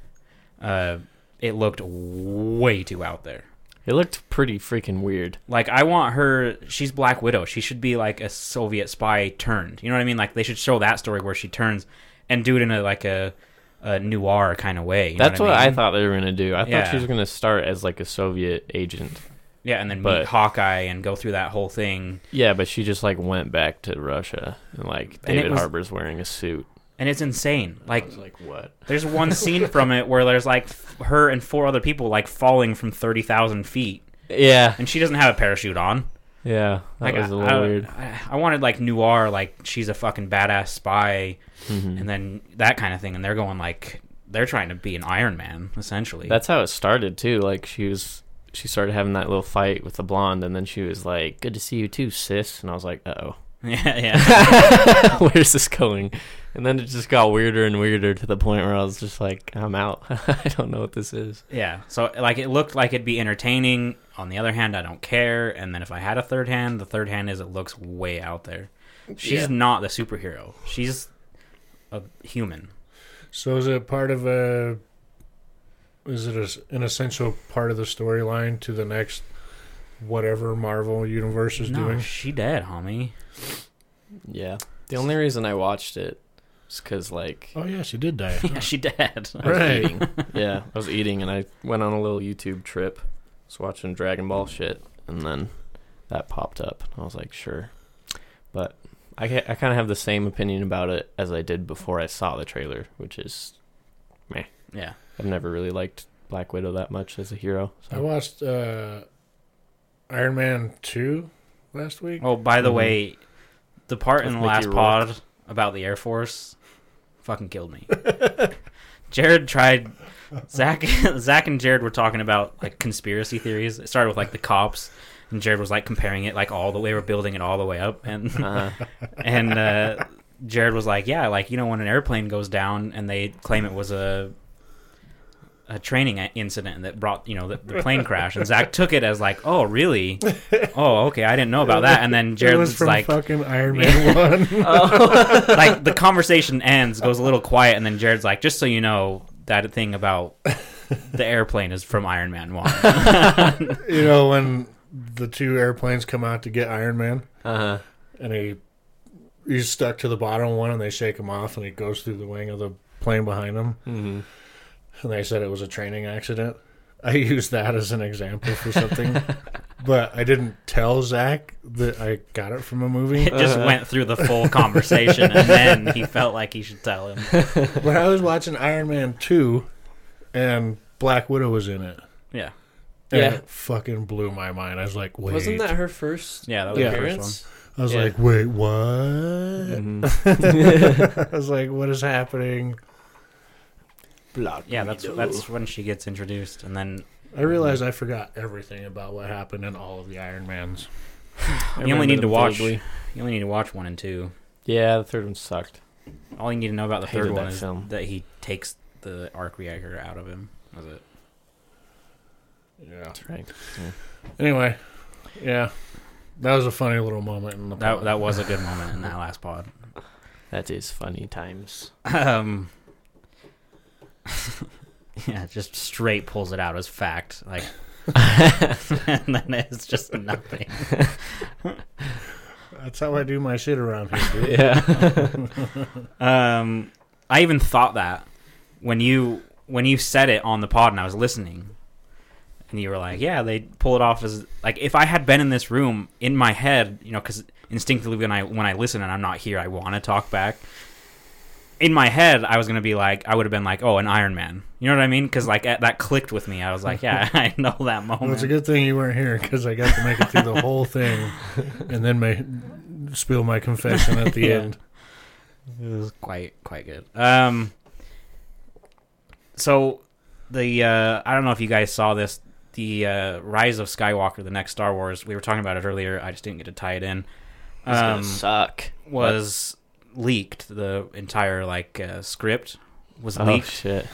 Speaker 3: uh, it looked way too out there.
Speaker 2: It looked pretty freaking weird.
Speaker 3: Like I want her. She's Black Widow. She should be like a Soviet spy turned. You know what I mean? Like they should show that story where she turns and do it in a like a, a noir kind of way. You know
Speaker 2: That's what, I,
Speaker 3: mean?
Speaker 2: thought they were gonna do. I thought
Speaker 3: Yeah.
Speaker 2: she was gonna start as like a Soviet agent.
Speaker 3: Yeah, and then
Speaker 2: but-
Speaker 3: meet Hawkeye and go through that whole thing.
Speaker 2: Yeah, but she just like went back to Russia and like
Speaker 3: And it
Speaker 2: David
Speaker 3: was-
Speaker 2: Harbour's wearing a suit.
Speaker 3: And it's insane. Like
Speaker 2: I was like, what?
Speaker 3: There's one scene from it where there's like f- her and four other people like falling from thirty thousand feet,
Speaker 2: Yeah,
Speaker 3: and she doesn't have a parachute on.
Speaker 2: yeah. That
Speaker 3: Like,
Speaker 2: was a
Speaker 3: I-
Speaker 2: little
Speaker 3: I,
Speaker 2: weird.
Speaker 3: I, I wanted like noir, like she's a fucking badass spy,
Speaker 2: Mhm.
Speaker 3: and then that kind of thing. And they're going like they're trying to be an Iron Man essentially.
Speaker 2: That's how it started too. Like she was, she started having that little fight with the blonde, and then she was like, "Good to see you too, sis." And I was like, "Uh
Speaker 3: yeah, yeah.
Speaker 2: oh, where's this going?" And then it just got weirder and weirder to the point where I was just like, "I'm out. I don't know what this is."
Speaker 3: Yeah. So like it looked like it'd be entertaining. On the other hand, I don't care. And then if I had a third hand, the third hand is it looks way out there. She's
Speaker 2: Yeah.
Speaker 3: not the superhero. She's a human.
Speaker 1: So is it part of a? Is it a, an essential part of the storyline to the next whatever Marvel universe is
Speaker 3: no,
Speaker 1: doing?
Speaker 3: she dead, homie.
Speaker 2: Yeah. The only reason I watched it is because like
Speaker 1: Oh yeah, she did die.
Speaker 3: Yeah, she dead.
Speaker 2: I was
Speaker 1: Oh, Right.
Speaker 2: eating. yeah, I was eating, and I went on a little YouTube trip. Was watching Dragon Ball shit, and then that popped up. I was like, sure, but I ca- I kind of have the same opinion about it as I did before I saw the trailer, which is
Speaker 3: yeah.
Speaker 2: I've never really liked Black Widow that much as a hero.
Speaker 1: I
Speaker 2: So
Speaker 1: watched uh, Iron Man two last week.
Speaker 3: Oh, by the
Speaker 2: Mhm.
Speaker 3: way, the part
Speaker 2: With
Speaker 3: in the
Speaker 2: Mickey
Speaker 3: last
Speaker 2: Rourke.
Speaker 3: pod about the Air Force fucking killed me. Jared tried Zach Zach and Jared were talking about like conspiracy theories. It started with like the cops and Jared was like comparing it like all the way we're building it all the way up and
Speaker 2: Uh,
Speaker 3: and uh, Jared was like, "Yeah, like you know, when an airplane goes down and they claim it was a a training a- incident that brought you know the, the plane crash." And Zach took it as like, "Oh, really? Oh, okay, I didn't know about that." And then
Speaker 1: It
Speaker 3: Jared
Speaker 1: was
Speaker 3: was
Speaker 1: from
Speaker 3: like,
Speaker 1: fucking Iron Man One.
Speaker 3: "Like the conversation ends, goes a little quiet, and then Jared's like, just so you know." That thing about the airplane is from Iron Man One.
Speaker 1: you know when the two airplanes come out to get Iron Man,
Speaker 2: uh,
Speaker 1: and he he's stuck to the bottom one, and they shake him off, and he goes through the wing of the plane behind him,
Speaker 2: mhm.
Speaker 1: and they said it was a training accident. I used that as an example for something, but I didn't tell Zach that I got it from a movie.
Speaker 3: It just
Speaker 2: Uh-huh.
Speaker 3: went through the full conversation, and then he felt like he should tell him.
Speaker 1: But I was watching Iron Man two, and Black Widow was in it.
Speaker 3: Yeah,
Speaker 1: And
Speaker 2: Yeah.
Speaker 1: it fucking blew my mind. I was like, wait,
Speaker 2: Wasn't that her first
Speaker 3: yeah, that was
Speaker 1: Yeah.
Speaker 3: the first one.
Speaker 2: appearance?
Speaker 1: I was
Speaker 2: yeah.
Speaker 1: like, wait, what?
Speaker 3: Mm-hmm.
Speaker 1: I was like, what is happening?
Speaker 3: Yeah, that's that's when she gets introduced, and then
Speaker 1: I realized I forgot everything about what happened in all of the Iron Mans.
Speaker 2: I
Speaker 3: You only
Speaker 2: remember
Speaker 3: need to
Speaker 2: them
Speaker 3: watch-
Speaker 2: vaguely.
Speaker 3: you only need to watch one and two.
Speaker 2: Yeah, the third one sucked.
Speaker 3: All you need to know about the
Speaker 2: Hated
Speaker 3: third one
Speaker 2: that
Speaker 3: is
Speaker 2: film.
Speaker 3: that he takes the arc reactor out of him. Was it?
Speaker 1: Yeah.
Speaker 2: That's right.
Speaker 1: Anyway, yeah, that was a funny little moment in the
Speaker 3: That
Speaker 1: plot.
Speaker 3: that was a good moment in that last pod.
Speaker 2: That is funny times.
Speaker 3: Um, yeah, just straight pulls it out as fact, like, and then it's just nothing.
Speaker 1: That's how I do my shit around here. Dude.
Speaker 2: Yeah.
Speaker 3: Um, I even thought that when you when you said it on the pod and I was listening, and you were like, "Yeah, they pull it off as like if I had been in this room in my head, you know, because instinctively when I when I listen and I'm not here, I want to talk back." In my head, I was gonna be like, I would have been like, "Oh, an Iron Man," you know what I mean? Because like at, that clicked with me. I was like, "Yeah, I know that
Speaker 1: Well, it's
Speaker 3: moment."
Speaker 1: a good thing you weren't here because I got to make it through the whole thing and then ma- spill my confession at the
Speaker 3: Yeah.
Speaker 1: end.
Speaker 3: It was quite quite good. Um, so the uh, I don't know if you guys saw this, the uh, Rise of Skywalker, the next Star Wars. We were talking about it earlier. I just didn't get to tie it in.
Speaker 2: It's gonna
Speaker 3: Um,
Speaker 2: suck.
Speaker 3: was leaked the entire like uh, script was
Speaker 2: Oh
Speaker 3: leaked
Speaker 2: shit!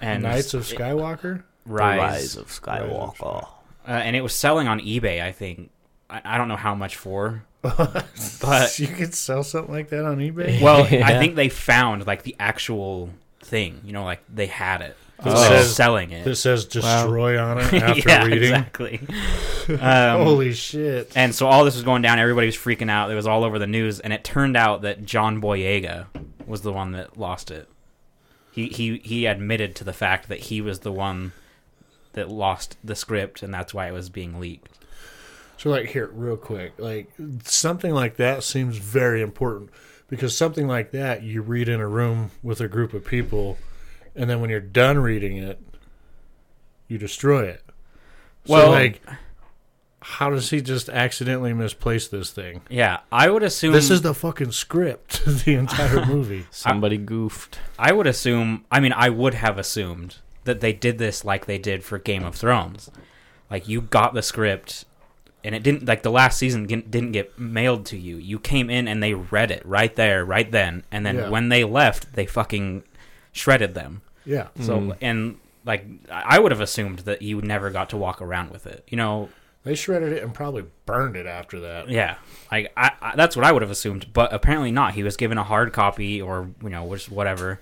Speaker 3: and
Speaker 1: Knights of Skywalker.
Speaker 3: Rise,
Speaker 2: The rise of
Speaker 1: Rise
Speaker 2: Skywalker.
Speaker 3: uh, and it was selling on eBay. I think I, I don't know how much for. But-
Speaker 1: you could sell something like that on eBay.
Speaker 3: Well, I
Speaker 2: Yeah.
Speaker 3: think they found like the actual thing. You know, like they had it. So
Speaker 1: It
Speaker 3: they
Speaker 2: Oh.
Speaker 3: were
Speaker 1: says-
Speaker 3: selling it.
Speaker 1: That says destroy on it after
Speaker 3: yeah,
Speaker 1: reading.
Speaker 3: exactly. Um,
Speaker 1: Holy shit!
Speaker 3: and so all this was going down. Everybody was freaking out. It was all over the news, and it turned out that John Boyega was the one that lost it. He he he admitted to the fact that he was the one that lost the script, and that's why it was being leaked.
Speaker 1: So, like, here, real quick, like something like that seems very important because something like that you read in a room with a group of people, and then when you're done reading it, you destroy it. So,
Speaker 3: Well-
Speaker 1: like, how does he just accidentally misplace this thing?
Speaker 3: Yeah, I would assume
Speaker 1: This is the fucking script of the entire movie.
Speaker 2: Somebody goofed.
Speaker 3: I would assume. I mean, I would have assumed that they did this like they did for Game of Thrones. Like you got the script, and it didn't like the last season gin- didn't get mailed to you. You came in and they read it right there, right then, and then
Speaker 1: Yeah.
Speaker 3: when they left, they fucking shredded them.
Speaker 1: Yeah.
Speaker 3: So and like I I would have assumed that you never got to walk around with it. You know,
Speaker 1: They shredded it and probably burned it after that.
Speaker 3: yeah. Like I, I that's what I would have assumed, but apparently not. He was given a hard copy or you know, which whatever.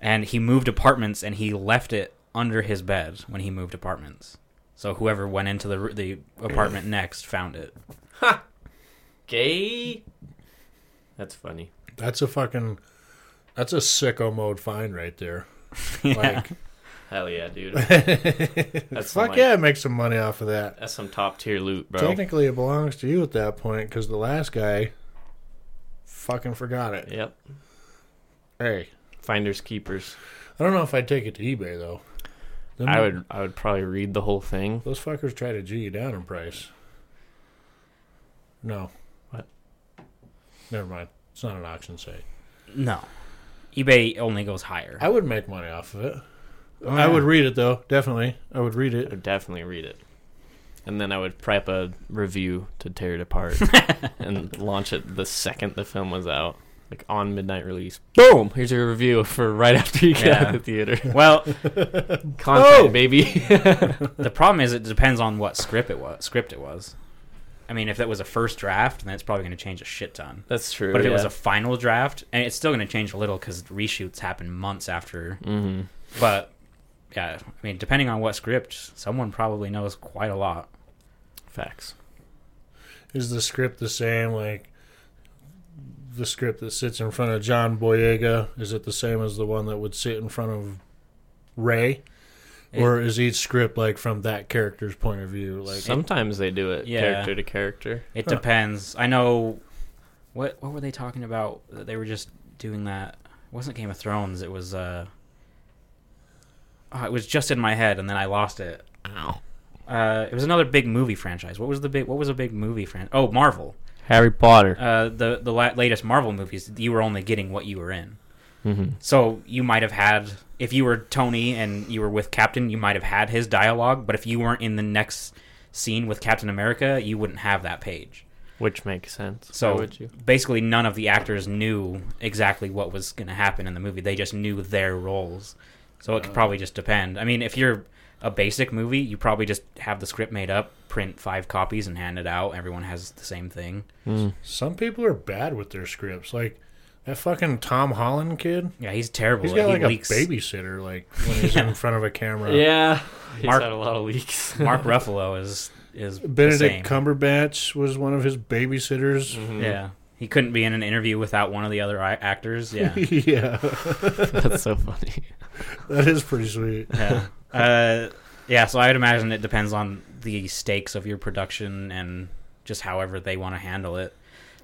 Speaker 3: And he moved apartments and he left it under his bed when he moved apartments. So whoever went into the r- the apartment next found it.
Speaker 2: Gay. That's funny.
Speaker 1: That's a fucking. That's a sicko mode find right there. Like,
Speaker 2: Hell yeah, dude. That's some,
Speaker 1: fuck
Speaker 2: like-
Speaker 1: yeah, make some money off of that.
Speaker 2: That's some top tier loot, bro.
Speaker 1: Technically, it belongs to you at that point because the last guy fucking forgot it.
Speaker 2: Yep.
Speaker 1: Hey,
Speaker 2: Finders keepers.
Speaker 1: I don't know if I'd take it to eBay though. Them-
Speaker 2: I would. I would probably read the whole thing.
Speaker 1: Those fuckers try to g you down in price. No.
Speaker 2: What?
Speaker 1: Never mind. It's not an auction site.
Speaker 3: No, eBay only goes higher.
Speaker 1: I would make money off of it.
Speaker 3: Oh,
Speaker 1: I would
Speaker 3: yeah.
Speaker 1: read it though, definitely. I would read
Speaker 2: I
Speaker 1: it.
Speaker 2: would definitely read it. And then I would prep a review to tear it apart and launch it the second the film was out. Like on midnight release. Boom! Here's your review for right after you get out of the
Speaker 3: Yeah.
Speaker 2: theater.
Speaker 3: Well,
Speaker 2: Content,
Speaker 1: Oh!
Speaker 2: baby.
Speaker 3: the problem is it depends on what script it was. Script it was. I mean, if that was a first draft, then it's probably going to change a shit ton.
Speaker 2: That's true.
Speaker 3: But if it was a final draft, and it's still going to change a little because reshoots happen months after.
Speaker 2: hmm
Speaker 3: But yeah, I mean, depending on what script, someone probably knows quite a lot.
Speaker 2: Facts.
Speaker 1: Is the script the same? Like the script that sits in front of John Boyega, is it the same as the one that would sit in front of Ray? Or is each script like from that character's point of view? Like
Speaker 2: Sometimes they do it
Speaker 3: Yeah.
Speaker 2: character to character.
Speaker 3: It
Speaker 1: Huh.
Speaker 3: depends. I know. What what were they talking about? that They were just doing that. It wasn't Game of Thrones. It was. uh oh, It was just in my head, and then I lost it. Uh, it was another big movie franchise. What was the big? What was a big movie franchise? Oh, Marvel.
Speaker 2: Harry Potter.
Speaker 3: Uh, the the la- latest Marvel movies. You were only getting what you were in.
Speaker 2: hmm
Speaker 3: So you might have had, if you were Tony and you were with Captain, you might have had his dialogue. But if you weren't in the next scene with Captain America, you wouldn't have that page.
Speaker 2: Which makes sense.
Speaker 3: So
Speaker 2: Why would you?
Speaker 3: basically, none of the actors knew exactly what was going to happen in the movie. They just knew their roles. So it
Speaker 1: Uh-huh.
Speaker 3: could probably just depend. I mean, if you're a basic movie, you probably just have the script made up, print five copies, and hand it out. Everyone has the same thing.
Speaker 2: mm.
Speaker 1: some people are bad with their scripts. Like that fucking Tom Holland kid.
Speaker 3: Yeah, he's terrible.
Speaker 1: He's got
Speaker 3: he
Speaker 1: like
Speaker 3: leaks.
Speaker 1: a babysitter, like when he's in front of a camera.
Speaker 2: Yeah. He's
Speaker 3: Mark-
Speaker 2: had a lot of leaks.
Speaker 3: Mark Ruffalo is is the same.
Speaker 1: Benedict Cumberbatch was one of his babysitters.
Speaker 2: Mhm.
Speaker 3: Yeah. He couldn't be in an interview without one of the other I- actors. Yeah.
Speaker 1: yeah,
Speaker 2: That's so funny.
Speaker 1: that is pretty sweet.
Speaker 3: yeah. Uh, yeah, so I would imagine it depends on the stakes of your production and just however they want to handle it.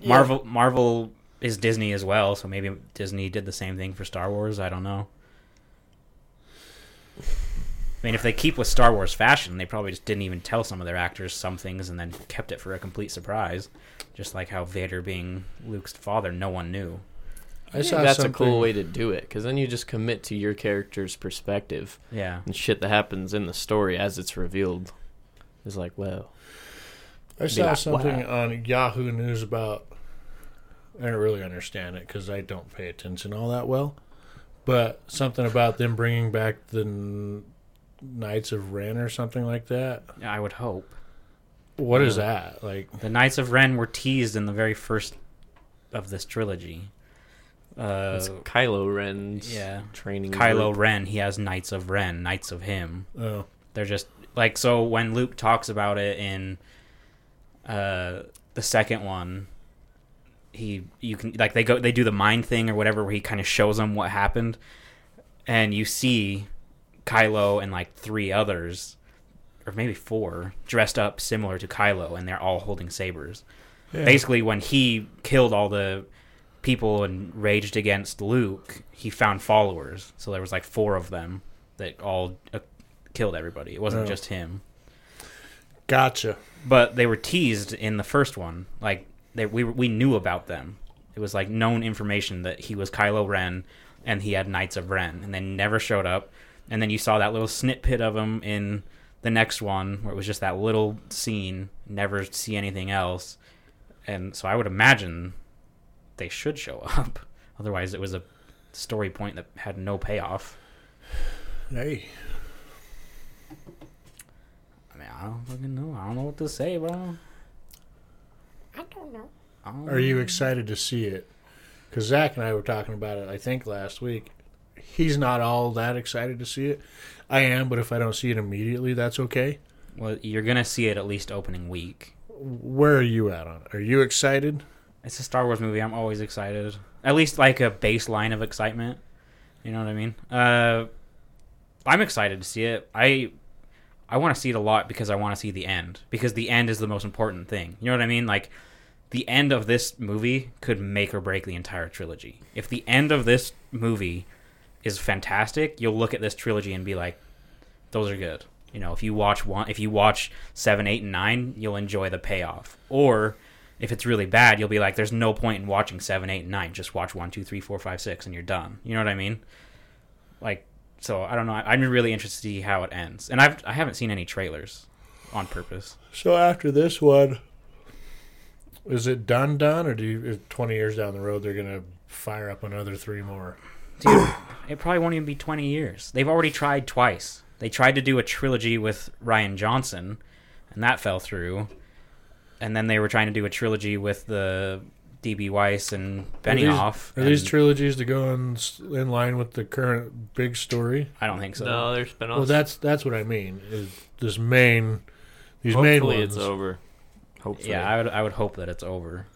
Speaker 3: Marvel Marvel is Disney as well, so maybe Disney did the same thing for Star Wars, I don't know. I mean, if they keep with Star Wars fashion, they probably just didn't even tell some of their actors some things and then kept it for a complete surprise. Just like how Vader being Luke's father, no one knew.
Speaker 1: I saw
Speaker 2: that's
Speaker 1: something.
Speaker 2: a cool way to do it because then you just commit to your character's perspective
Speaker 3: Yeah.
Speaker 2: and shit that happens in the story as it's revealed is like, wow.
Speaker 1: I
Speaker 2: be
Speaker 1: saw
Speaker 2: like,
Speaker 1: something on Yahoo News about. I don't really understand it because I don't pay attention all that well, but something about them bringing back the N- Knights of Ren or something like that.
Speaker 3: I would hope.
Speaker 1: What
Speaker 2: Oh.
Speaker 1: is that like?
Speaker 3: The Knights of Ren were teased in the very first of this trilogy. Uh,
Speaker 2: It's Kylo Ren's
Speaker 3: yeah.
Speaker 2: training.
Speaker 3: Kylo
Speaker 2: group.
Speaker 3: Ren, he has Knights of Ren, Knights of him.
Speaker 1: Oh,
Speaker 3: They're just like so when Luke talks about it in uh, the second one, he you can like they go they do the mind thing or whatever where he kind of shows them what happened, and you see Kylo and like three others. Or maybe four dressed up similar to Kylo, and they're all holding sabers.
Speaker 1: yeah.
Speaker 3: Basically, when he killed all the people and raged against Luke, he found followers. So there was like four of them that all uh, killed everybody. It wasn't
Speaker 1: Oh.
Speaker 3: just him.
Speaker 1: gotcha.
Speaker 3: But they were teased in the first one. Like they, we we knew about them. It was like known information that he was Kylo Ren and he had Knights of Ren, and they never showed up. And then you saw that little snippet of him in the next one, where it was just that little scene. Never see anything else. And so I would imagine they should show up. Otherwise, it was a story point that had no payoff.
Speaker 1: Hey,
Speaker 3: I mean, I don't fucking know. I don't know what to say, bro.
Speaker 4: I don't know.
Speaker 3: I don't
Speaker 1: are you excited to see it? Because Zach and I were talking about it, I think last week. He's not all that excited to see it. I am, but if I don't see it immediately, that's okay.
Speaker 3: Well, you're gonna see it at least opening week.
Speaker 1: Where are you at on it? Are you excited?
Speaker 3: It's a Star Wars movie. I'm always excited. At least like a baseline of excitement. You know what I mean? Uh, I'm excited to see it. I I want to see it a lot because I want to see the end because the end is the most important thing. You know what I mean? Like the end of this movie could make or break the entire trilogy. If the end of this movie is fantastic, you'll look at this trilogy and be like, those are good. You know, if you watch one, if you watch seven, eight, and nine, you'll enjoy the payoff. Or if it's really bad, you'll be like, there's no point in watching seven, eight, and nine. Just watch one, two, three, four, five, six, and you're done. You know what I mean? Like, so I don't know. I- I'm really interested to see how it ends, and I've I haven't seen any trailers on purpose.
Speaker 1: So after this one, is it done, done, or do you, if twenty years down the road they're gonna fire up another three more?
Speaker 3: Dude, it probably won't even be 20 years. They've already tried twice. They tried to do a trilogy with Ryan Johnson, and that fell through. And then they were trying to do a trilogy with the DB Weiss and Benioff.
Speaker 1: Are these
Speaker 3: and
Speaker 1: trilogies to go in s- in line with the current big story?
Speaker 3: I don't think so.
Speaker 2: no, there's been.
Speaker 1: Well, that's that's what I mean. Is this main these main
Speaker 2: hopefully
Speaker 1: ones?
Speaker 2: it's over. Hopefully,
Speaker 3: Yeah, I would I would hope that it's over.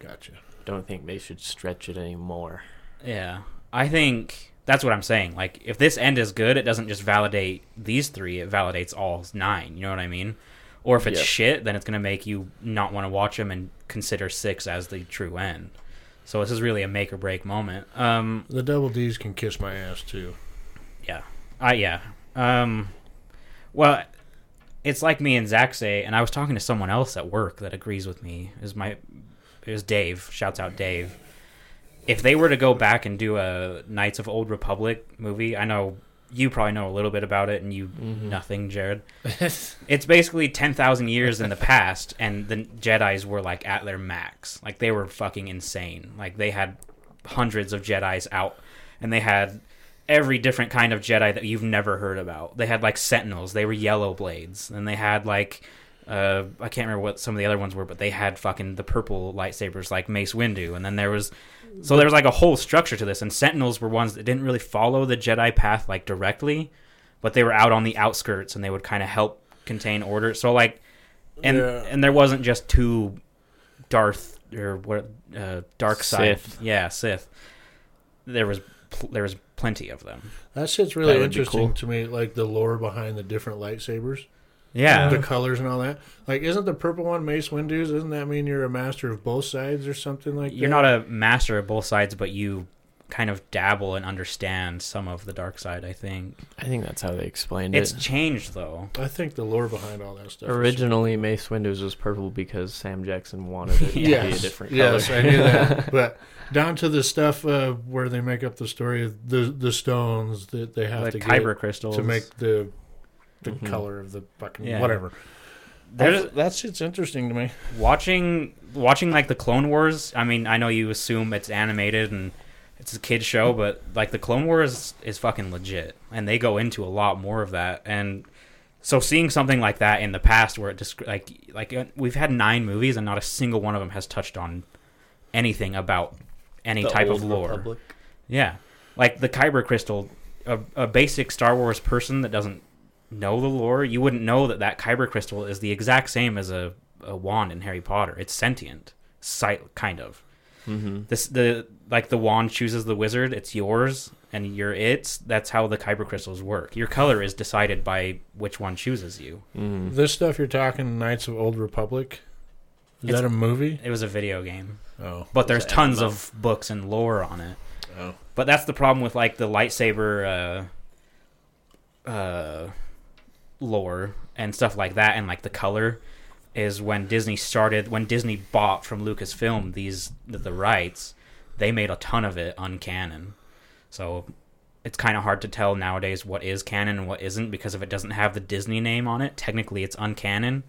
Speaker 1: Gotcha.
Speaker 2: don't think they should stretch it anymore.
Speaker 3: Yeah. I think that's what I'm saying. Like if this end is good, it doesn't just validate these 3, it validates all 9, you know what I mean? Or if it's
Speaker 2: Yeah.
Speaker 3: shit, then it's going to make you not want to watch them and consider 6 as the true end. So this is really a make or break moment. Um
Speaker 1: The double D's can kiss my ass too.
Speaker 3: yeah. I yeah. Um well, it's like me and Zach say, and I was talking to someone else at work that agrees with me. Is my is Dave? Shouts out Dave. If they were to go back and do a Knights of Old Republic movie, I know you probably know a little bit about it, and you nothing, Jared. it's basically ten thousand years in the past, and the Jedi's were like at their max. Like they were fucking insane. Like they had hundreds of Jedi's out, and they had every different kind of Jedi that you've never heard about. They had like Sentinels, they were Yellow Blades, and they had like uh, I can't remember what some of the other ones were, but they had fucking the purple lightsabers like Mace Windu, and then there was so there was like a whole structure to this. And Sentinels were ones that didn't really follow the Jedi path like directly, but they were out on the outskirts and they would kind of help contain order. So like, and
Speaker 1: Yeah.
Speaker 3: and there wasn't just two Darth or what uh, Dark Side,
Speaker 2: Sith.
Speaker 3: yeah, Sith. There was pl- there was plenty of them.
Speaker 1: That shit's really
Speaker 2: That would be
Speaker 1: interesting
Speaker 2: cool.
Speaker 1: to me. Like the lore behind the different lightsabers.
Speaker 3: Yeah,
Speaker 1: the colors and all that. Like, isn't the purple one Mace Windu's? Doesn't that mean you're a master of both sides or something like
Speaker 3: you're
Speaker 1: that?
Speaker 3: not a master of both sides, but you kind of dabble and understand some of the dark side. I think
Speaker 2: I think that's how they explained
Speaker 3: it's
Speaker 2: it.
Speaker 3: changed though.
Speaker 1: I think the lore behind all that stuff. is-
Speaker 2: Originally, Mace Windows was purple because Sam Jackson wanted it to be a
Speaker 1: Yes,
Speaker 2: different color.
Speaker 1: yes, I knew that. But down to the stuff uh, where they make up the story of the the stones that they have
Speaker 3: The
Speaker 1: to
Speaker 3: kyber
Speaker 1: get
Speaker 3: crystals
Speaker 1: to make the the
Speaker 2: Mhm.
Speaker 1: color of the fucking
Speaker 3: Yeah.
Speaker 1: whatever.
Speaker 3: There's-
Speaker 1: That's- that shit's interesting to me.
Speaker 2: Mm-hmm.
Speaker 3: watching watching like the Clone Wars. I mean, I know you assume it's animated and it's a kid show, but like the Clone Wars is fucking legit, and they go into a lot more of that. And so seeing something like that in the past, where it just like like uh, we've had nine movies, and not a single one of them has touched on anything about any type of lore. Yeah, like the Kyber crystal, a, a basic Star Wars person that doesn't know the lore, you wouldn't know that that Kyber crystal is the exact same as a, a wand in Harry Potter. It's sentient, sight kind of.
Speaker 2: hmm
Speaker 3: This the like the wand chooses the wizard. It's yours and you're its. That's how the Kyber crystals work. Your color is decided by which one chooses you.
Speaker 2: hmm
Speaker 1: This stuff you're talking, Knights of Old Republic. Is
Speaker 3: It's-
Speaker 1: that a movie?
Speaker 3: It was a video game,
Speaker 1: Oh,
Speaker 3: but there's
Speaker 2: It's an
Speaker 3: tons
Speaker 2: MMO.
Speaker 3: of books and lore on it.
Speaker 1: oh,
Speaker 3: But that's the problem with like the lightsaber uh, uh, lore and stuff like that, and like the color is when Disney started when Disney bought from Lucasfilm these the, the rights, they made a ton of it uncanon. So it's kind of hard to tell nowadays what is canon and what isn't because if it doesn't have the Disney name on it, technically it's uncanon.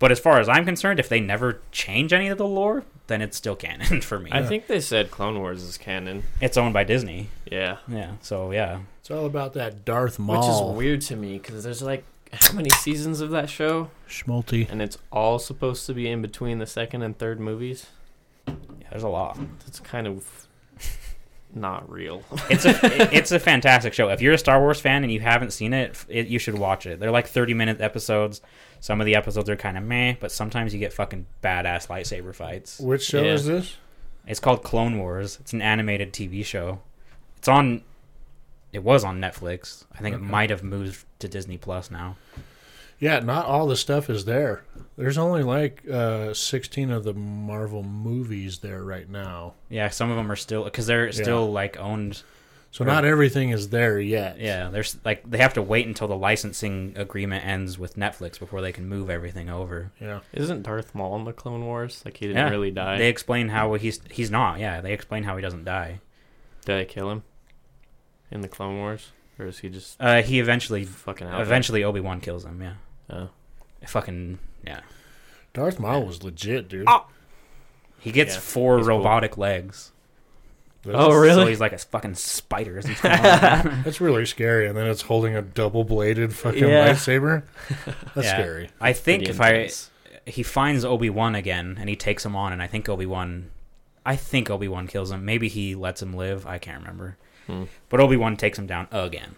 Speaker 3: But as far as I'm concerned, if they never change any of the lore, then it's still canon for me.
Speaker 2: I think they said Clone Wars is canon.
Speaker 3: it's owned by Disney.
Speaker 2: Yeah,
Speaker 3: Yeah. So yeah.
Speaker 1: it's all about that Darth
Speaker 2: which
Speaker 1: Maul.
Speaker 2: is weird to me because there's like how many seasons of that show,
Speaker 1: Schmalti.
Speaker 2: and it's all supposed to be in between the second and third movies.
Speaker 3: Yeah, there's a lot.
Speaker 2: That's kind of not real.
Speaker 3: It's a it's a fantastic show. If you're a Star Wars fan and you haven't seen it, it you should watch it. They're like 30 minute episodes. Some of the episodes are kind of meh, but sometimes you get fucking badass lightsaber fights.
Speaker 1: Which show
Speaker 2: Yeah.
Speaker 1: is this?
Speaker 3: It's called Clone Wars. It's an animated TV show. It's on. It was on Netflix. I think
Speaker 1: Okay.
Speaker 3: it might have moved to Disney Plus now.
Speaker 1: Yeah, not all the stuff is there. There's only like uh, 16 of the Marvel movies there right now.
Speaker 3: Yeah, some of them are still because they're
Speaker 1: Yeah.
Speaker 3: still like owned
Speaker 1: So not everything is there yet.
Speaker 3: Yeah, there's like they have to wait until the licensing agreement ends with Netflix before they can move everything over.
Speaker 1: Yeah.
Speaker 2: Isn't Darth Maul in the Clone Wars? Like he didn't
Speaker 3: Yeah.
Speaker 2: really die.
Speaker 3: They explain how he's he's not. Yeah, they explain how he doesn't die.
Speaker 2: Did I kill him in the Clone Wars, or is he just
Speaker 3: Uh, he eventually
Speaker 2: fucking out? there?
Speaker 3: eventually Obi Wan kills him. Yeah,
Speaker 2: Oh.
Speaker 3: fucking yeah.
Speaker 1: Darth Maul was legit, dude.
Speaker 3: Oh, He gets
Speaker 2: Yeah,
Speaker 3: four
Speaker 2: he's cool.
Speaker 3: robotic legs.
Speaker 1: That's,
Speaker 2: Oh, really?
Speaker 3: So he's like a fucking spider. Isn't yeah,
Speaker 1: That's really scary. And then it's holding a double bladed fucking
Speaker 2: Yeah.
Speaker 1: lightsaber. That's scary.
Speaker 3: I think
Speaker 2: Pretty
Speaker 3: if
Speaker 2: intense.
Speaker 3: I he finds Obi Wan again and he takes him on, and I think Obi Wan, I think Obi Wan kills him. Maybe he lets him live. I can't remember.
Speaker 2: Hmm.
Speaker 3: But Obi Wan takes him down again.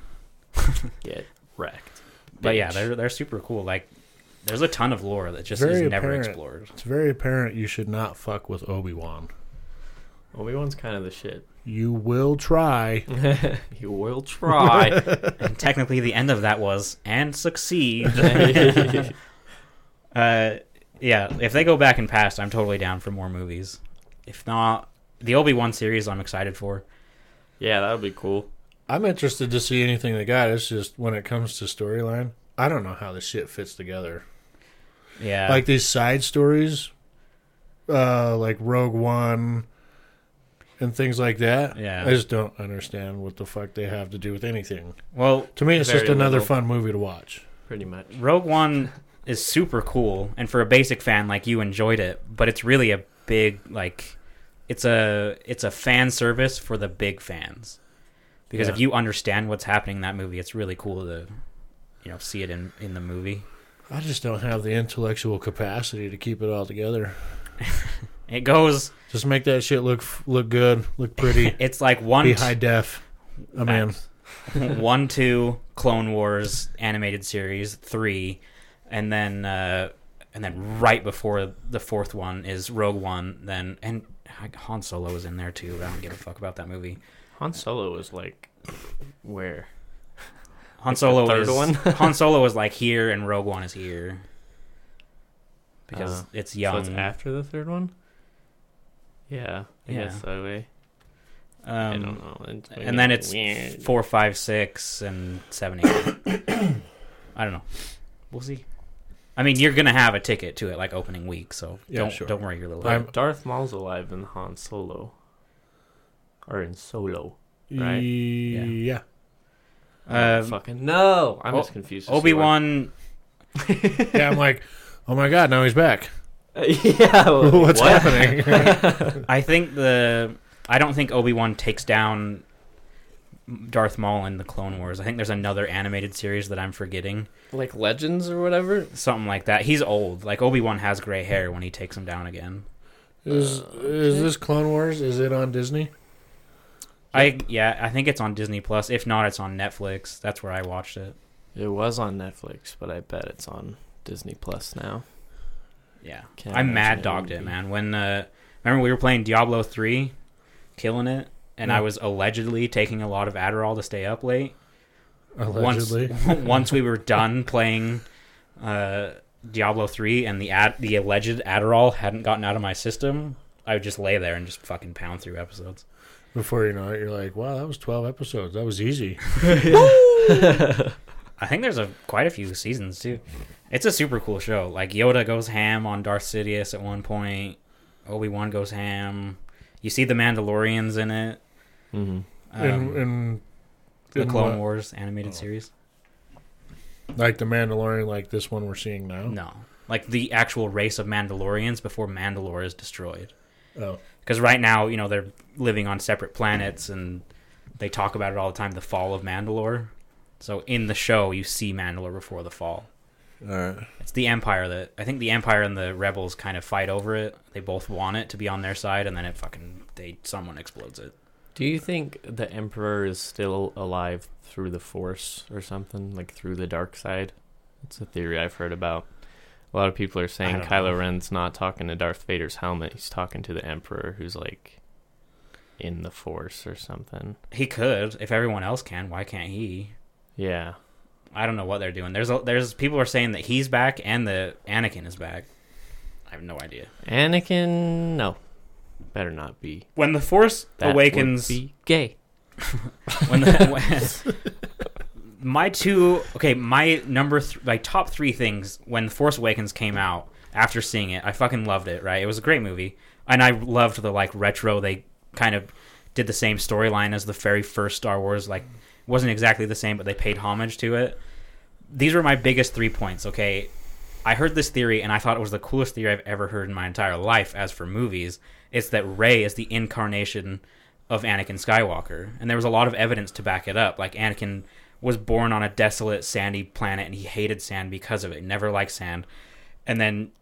Speaker 2: get wrecked.
Speaker 3: But yeah,
Speaker 2: Bitch.
Speaker 3: they're they're super cool. Like, there's a ton of lore that just
Speaker 1: Very
Speaker 3: is never
Speaker 1: apparent.
Speaker 3: explored.
Speaker 1: It's very apparent you should not fuck with Obi Wan.
Speaker 2: Obi Wan's kind of the shit.
Speaker 1: You will try.
Speaker 2: you will try.
Speaker 3: And technically, the end of that was and succeed.
Speaker 2: yeah,
Speaker 3: Uh, yeah, if they go back in past, I'm totally down for more movies. If not, the Obi Wan series, I'm excited for.
Speaker 2: that would be cool.
Speaker 1: I'm interested to see anything they got. It's just when it comes to storyline, I don't know how this shit fits together.
Speaker 3: Yeah,
Speaker 1: like these side stories, uh, like Rogue One and things like that.
Speaker 3: Yeah.
Speaker 1: I just don't understand what the fuck they have to do with anything.
Speaker 3: well,
Speaker 1: To me, it's just
Speaker 2: Very
Speaker 1: another
Speaker 2: little.
Speaker 1: fun movie to watch.
Speaker 2: Pretty much.
Speaker 3: Rogue One is super cool, and for a basic fan like you, enjoyed it. But it's really a big like, it's a it's a fan service for the big fans, because if
Speaker 1: Yeah.
Speaker 3: you understand what's happening in that movie, it's really cool to, you know, see it in in the movie.
Speaker 1: I just don't have the intellectual capacity to keep it all together.
Speaker 3: It goes.
Speaker 1: Just make that shit look look good, look pretty,
Speaker 3: It's like one
Speaker 1: be high def. I mean,
Speaker 3: one, two, Clone Wars animated series, three, and then uh, and then right before the fourth one is Rogue One. Then and Han Solo is in there too. But I don't give a fuck about that movie.
Speaker 2: Han Solo was like where?
Speaker 3: Han
Speaker 2: Like the
Speaker 3: Solo
Speaker 2: third
Speaker 3: is
Speaker 2: one?
Speaker 3: Han Solo is like here, and Rogue One is here because
Speaker 2: Uh,
Speaker 3: it's
Speaker 2: So
Speaker 3: young.
Speaker 2: it's after the third one. Yeah, I
Speaker 3: Yeah.
Speaker 2: guess so. eh?
Speaker 3: um,
Speaker 2: I don't know. It's
Speaker 3: And then it's
Speaker 2: weird.
Speaker 3: four, five, six, and seven, eight. I don't know. We'll see. I mean, you're gonna have a ticket to it like opening week, so
Speaker 1: Yeah,
Speaker 3: don't
Speaker 1: sure.
Speaker 3: don't worry your little.
Speaker 2: But
Speaker 1: I'm-
Speaker 2: Darth Maul's alive in Han Solo, or in Solo. Right.
Speaker 1: yeah.
Speaker 3: Um,
Speaker 2: Fucking no! I'm
Speaker 3: O-
Speaker 2: just confused. to see
Speaker 3: Obi Wan.
Speaker 1: yeah, I'm like, oh my god, now he's back.
Speaker 2: why- yeah. well,
Speaker 1: What's
Speaker 2: what?
Speaker 1: happening?
Speaker 3: I think the. I don't think Obi Wan takes down Darth Maul in the Clone Wars. I think there's another animated series that I'm forgetting,
Speaker 2: Like Legends or whatever.
Speaker 3: something like that. He's old. Like Obi Wan has gray hair when he takes him down again.
Speaker 1: Is is this Clone Wars? Is it on Disney?
Speaker 3: I yeah, I think it's on Disney Plus. If not, it's on Netflix. That's where I watched it.
Speaker 2: It was on Netflix, but I bet it's on Disney Plus now.
Speaker 3: Yeah,
Speaker 2: Can't
Speaker 3: I
Speaker 2: imagine
Speaker 3: mad
Speaker 2: it
Speaker 3: dogged
Speaker 2: wouldn't
Speaker 3: it,
Speaker 2: be.
Speaker 3: man. When uh, remember we were playing Diablo three, killing it, and I
Speaker 1: Yeah.
Speaker 3: was allegedly taking a lot of Adderall to stay up late.
Speaker 1: Allegedly.
Speaker 3: Once, once we were done playing uh, Diablo three, and the ad- the alleged Adderall hadn't gotten out of my system, I would just lay there and just fucking pound through episodes.
Speaker 1: Before you know it, you're like, wow, that was 12 episodes. That was easy.
Speaker 3: I think there's a quite a few seasons too. It's a super cool show. Like Yoda goes ham on Darth Sidious at one point. Obi Wan goes ham. You see the Mandalorians in it.
Speaker 2: Mm-hmm.
Speaker 3: Um,
Speaker 1: in, in,
Speaker 3: the
Speaker 1: in
Speaker 3: Clone
Speaker 1: what-
Speaker 3: Wars animated
Speaker 1: Oh.
Speaker 3: series.
Speaker 1: Like The Mandalorian, like this one we're seeing now.
Speaker 3: No, like the actual race of Mandalorians before Mandalore is destroyed.
Speaker 1: Oh,
Speaker 3: Because right now, you know, they're living on separate planets, and they talk about it all the time. The fall of Mandalore. So in the show, you see Mandalore before the fall.
Speaker 1: all right.
Speaker 3: It's the Empire that I think the Empire and the Rebels kind of fight over it. They both want it to be on their side, and then it fucking they someone explodes it.
Speaker 2: Do you think the Emperor is still alive through the Force or something, like through the dark side? It's a theory I've heard about. A lot of people are saying
Speaker 3: don't know.
Speaker 2: Kylo Ren's not talking to Darth Vader's helmet; he's talking to the Emperor, who's like in the Force or something.
Speaker 3: He could if everyone else can. Why can't he?
Speaker 2: Yeah,
Speaker 3: I don't know what they're doing. There's a, there's people are saying that he's back and the Anakin is back. I have no idea.
Speaker 2: Anakin, no, better not be.
Speaker 3: When the Force
Speaker 2: That would
Speaker 3: awakens,
Speaker 2: be gay.
Speaker 3: when the, when, my two okay my number th- my top three things when force awakens came out after seeing it i fucking loved it right it was a great movie and i loved the like retro they kind of did the same storyline as the very first star wars like wasn't exactly the same but they paid homage to it these were my biggest three points okay i heard this theory and i thought it was the coolest theory i've ever heard in my entire life as for movies it's that ray is the incarnation of Anakin Skywalker, and there was a lot of evidence to back it up. Like Anakin was born on a desolate, sandy planet, and he hated sand because of it. Never liked sand, and then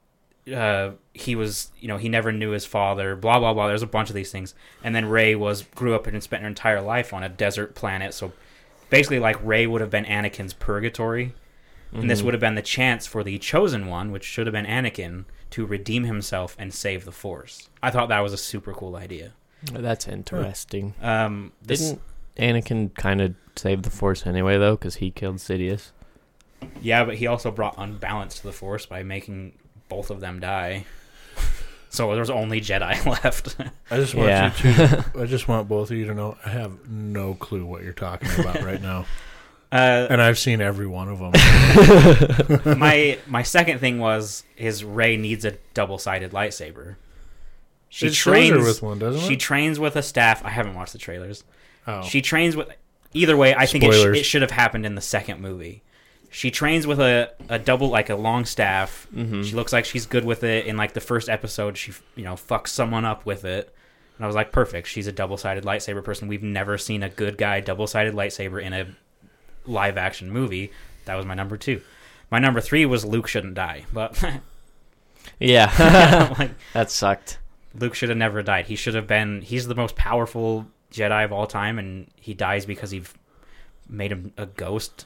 Speaker 3: uh, he was, you know, he never knew his father. Blah blah blah. There's a bunch of these things, and then Ray was grew up and spent her entire life on a desert planet. So basically, like Ray would have been Anakin's purgatory, and
Speaker 1: Mm-hmm.
Speaker 2: Mm-hmm.
Speaker 3: this would have been the chance for the chosen one, which should have been Anakin, to redeem himself and save the Force. I thought that was a super cool idea.
Speaker 2: That's interesting.
Speaker 3: Um, this-
Speaker 2: Didn't Anakin kind of save the Force anyway, though, because he killed Sidious?
Speaker 3: Yeah, but he also brought unbalance to the Force by making both of them die. So there's only Jedi left.
Speaker 1: I just want
Speaker 2: Yeah.
Speaker 1: you to. I just want both of you to know I have no clue what you're talking about right now,
Speaker 3: Uh,
Speaker 1: and I've seen every one of them.
Speaker 3: my my second thing was his Ray needs a double sided lightsaber. She
Speaker 1: it shows her
Speaker 3: trains
Speaker 1: with one, doesn't
Speaker 3: She
Speaker 1: it?
Speaker 3: trains with a staff. I haven't watched the trailers.
Speaker 1: Oh.
Speaker 3: She trains with. Either way, I think it, sh-
Speaker 1: Spoilers.
Speaker 3: it should have happened in the second movie. She trains with a, a double, like a long staff.
Speaker 1: Mm-hmm.
Speaker 3: She looks like she's good with it. In like the first episode, she you know fucks someone up with it, and I was like, perfect. She's a double sided lightsaber person. We've never seen a good guy double sided lightsaber in a live action movie. That was my number two. My number three was Luke shouldn't die, but
Speaker 2: Yeah,
Speaker 3: like
Speaker 2: that sucked.
Speaker 3: Luke should have never died. He should have been. He's the most powerful Jedi of all time, and he dies because you've made him a ghost.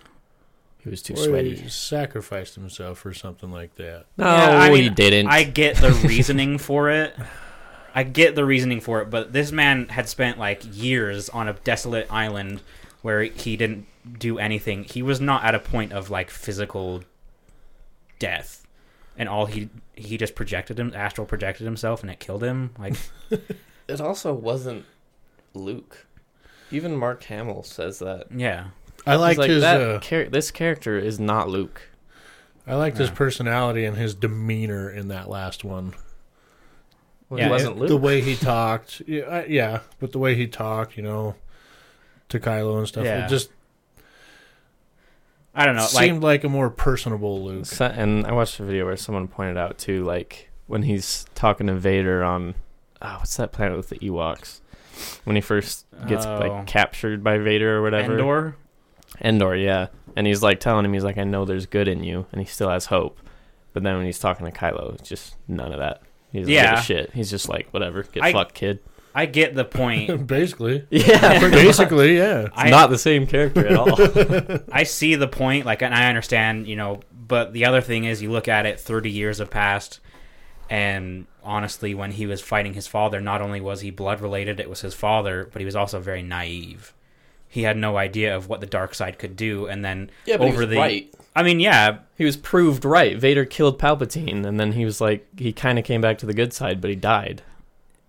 Speaker 2: He was too
Speaker 1: Or
Speaker 2: sweaty.
Speaker 1: he sacrificed himself or something like that.
Speaker 2: No,
Speaker 3: Yeah, I
Speaker 2: he
Speaker 3: mean,
Speaker 2: didn't.
Speaker 3: I get the reasoning for it. I get the reasoning for it, but this man had spent like years on a desolate island where he didn't do anything. He was not at a point of like physical death, and all he he just projected him astral projected himself, and it killed him. Like
Speaker 2: it also wasn't Luke. Even Mark Hamill says that.
Speaker 3: yeah,
Speaker 1: I liked his. uh,
Speaker 2: this character is not Luke.
Speaker 1: I liked his personality and his demeanor in that last one.
Speaker 2: Well,
Speaker 3: Yeah,
Speaker 2: he wasn't Luke.
Speaker 1: The way he talked, yeah, I- yeah, but the way he talked, you know, to Kylo and stuff,
Speaker 3: Yeah.
Speaker 1: it just
Speaker 3: I don't know. Like
Speaker 1: seemed like a more personable Luke.
Speaker 2: So- and I watched a video where someone pointed out too, like when he's talking to Vader on oh, what's that planet with the Ewoks? When he first gets
Speaker 3: Oh.
Speaker 2: like captured by Vader or whatever.
Speaker 3: Endor.
Speaker 2: Endor, yeah. And he's like telling him, he's like, I know there's good in you, and he still has hope. But then when he's talking to Kylo, it's just none of that. He doesn't give
Speaker 3: Yeah.
Speaker 2: a shit. He's just like, whatever, get
Speaker 3: I-
Speaker 2: fucked, kid.
Speaker 3: I get the point.
Speaker 1: Basically,
Speaker 2: Yeah, pretty much. It's
Speaker 1: basically, yeah.
Speaker 3: I,
Speaker 2: not the same character at all.
Speaker 3: I see the point, like, and I understand, you know. But the other thing is, you look at it. Thirty years have passed, and honestly, when he was fighting his father, not only was he blood related, it was his father, but he was also very naive. He had no idea of what the dark side could do, and then over the I mean, yeah,
Speaker 2: He was proved right. Vader killed Palpatine, and then he was like, he kind of came back to the good side, but he died.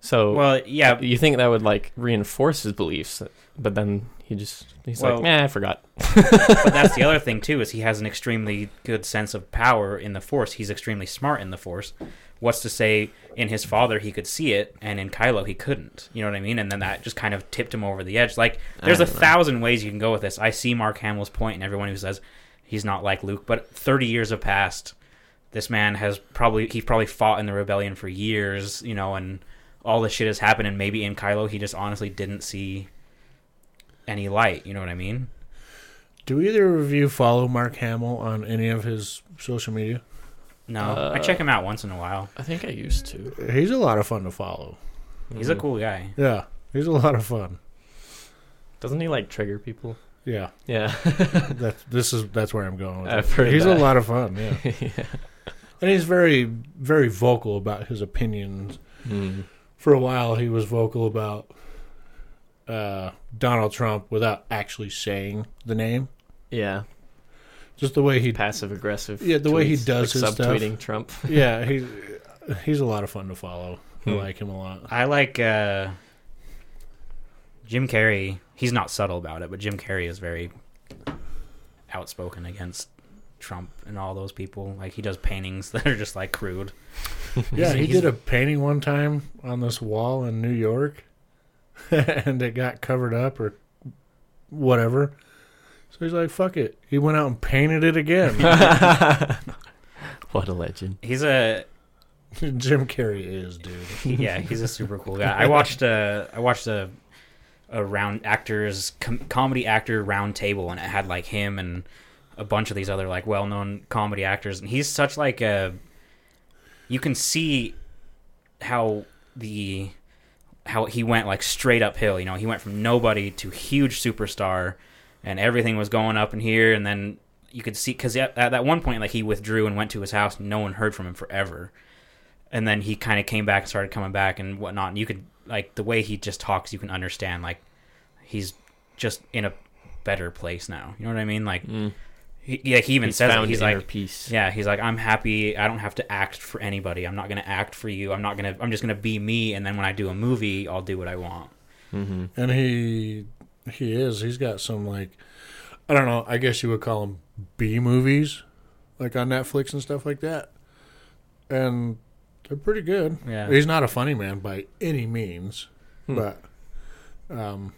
Speaker 2: So
Speaker 3: well, yeah,
Speaker 2: you think that would like reinforce his beliefs, but then he just he's
Speaker 3: Well-
Speaker 2: like, nah, I forgot.
Speaker 3: but that's the other thing too is he has an extremely good sense of power in the force he's extremely smart in the force what's to say in his father he could see it and in kylo he couldn't you know what i mean and then that just kind of tipped him over the edge like there's a
Speaker 2: don't know.
Speaker 3: thousand ways you can go with this i see mark hamill's point and everyone who says he's not like luke but 30 years have passed this man has probably he probably fought in the rebellion for years you know and all this shit has happened and maybe in kylo he just honestly didn't see any light you know what i mean
Speaker 1: Do either of you follow Mark Hamill on any of his social media?
Speaker 3: No,
Speaker 2: Uh,
Speaker 3: I check him out once in a while.
Speaker 2: I think I used to.
Speaker 1: He's a lot of fun to follow.
Speaker 3: He's a
Speaker 2: mm-hmm.
Speaker 3: cool guy.
Speaker 1: Yeah, he's a lot of fun.
Speaker 2: Doesn't he like trigger people?
Speaker 1: Yeah,
Speaker 2: Yeah.
Speaker 1: that this is that's where I'm going. With
Speaker 2: I've
Speaker 1: it.
Speaker 2: heard
Speaker 1: he's
Speaker 2: that.
Speaker 1: a lot of fun. Yeah, and he's very very vocal about his opinions.
Speaker 2: Hmm.
Speaker 1: For a while, he was vocal about uh, Donald Trump without actually saying the name,
Speaker 2: Yeah.
Speaker 1: just the way he.
Speaker 2: Passive aggressive.
Speaker 1: Yeah, the way he does his stuff.
Speaker 2: subtweeting Trump.
Speaker 1: Yeah, he he's a lot of fun to follow. I
Speaker 2: Hmm.
Speaker 1: like him a lot.
Speaker 3: I like uh Jim Carrey, he's not subtle about it, but Jim Carrey is very outspoken against Trump and all those people. Like he does paintings that are just like crude.
Speaker 1: Yeah, he
Speaker 3: he's-
Speaker 1: did a painting one time on this wall in New York, and it got covered up or whatever. So he's like, "Fuck it." He went out and painted it again.
Speaker 2: What a legend.
Speaker 3: He's a
Speaker 1: Jim Carrey is, dude.
Speaker 3: yeah, he's a super cool guy. I watched uh I watched a a round actors com- comedy actor round table and it had like him and a bunch of these other like well-known comedy actors and he's such like a you can see how the how he went like straight uphill, you know, he went from nobody to huge superstar and everything was going up in here and then you could see cuz at, at that one point like he withdrew and went to his house and no one heard from him forever and then he kind of came back and started coming back and whatnot. And you could like the way he just talks, you can understand like he's just in a better place now. You know what I mean? Like,
Speaker 2: Mm.
Speaker 3: he, yeah, he even says it. he's
Speaker 2: inner
Speaker 3: like,
Speaker 2: peace.
Speaker 3: yeah, he's like, I'm happy. I don't have to act for anybody. I'm not gonna act for you. I'm not gonna. I'm just gonna be me. And then when I do a movie, I'll do what I want.
Speaker 2: Mm-hmm.
Speaker 1: And he he is. He's got some like I don't know, I guess you would call them B movies like on Netflix and stuff like that. And they're pretty good.
Speaker 3: Yeah.
Speaker 1: He's not a funny man by any means,
Speaker 2: Hmm.
Speaker 1: but um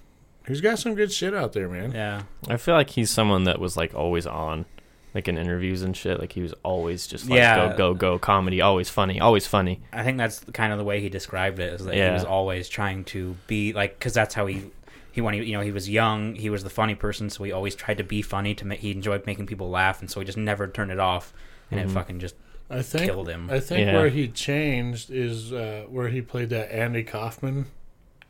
Speaker 1: he's got some good shit out there, man.
Speaker 3: Yeah,
Speaker 2: I feel like he's someone that was like always on, like in interviews and shit. Like he was always just like
Speaker 3: Yeah.
Speaker 2: go go go comedy, always funny, always funny.
Speaker 3: I think that's kind of the way he described it. Is that he
Speaker 2: Yeah.
Speaker 3: was always trying to be like, because that's how he. He when he you know he was young he was the funny person so he always tried to be funny to make he enjoyed making people laugh and so he just never turned it off and
Speaker 2: Mhm.
Speaker 3: it fucking just
Speaker 1: I think
Speaker 3: killed him
Speaker 1: I think
Speaker 2: Yeah.
Speaker 1: where he changed is uh where he played that Andy Kaufman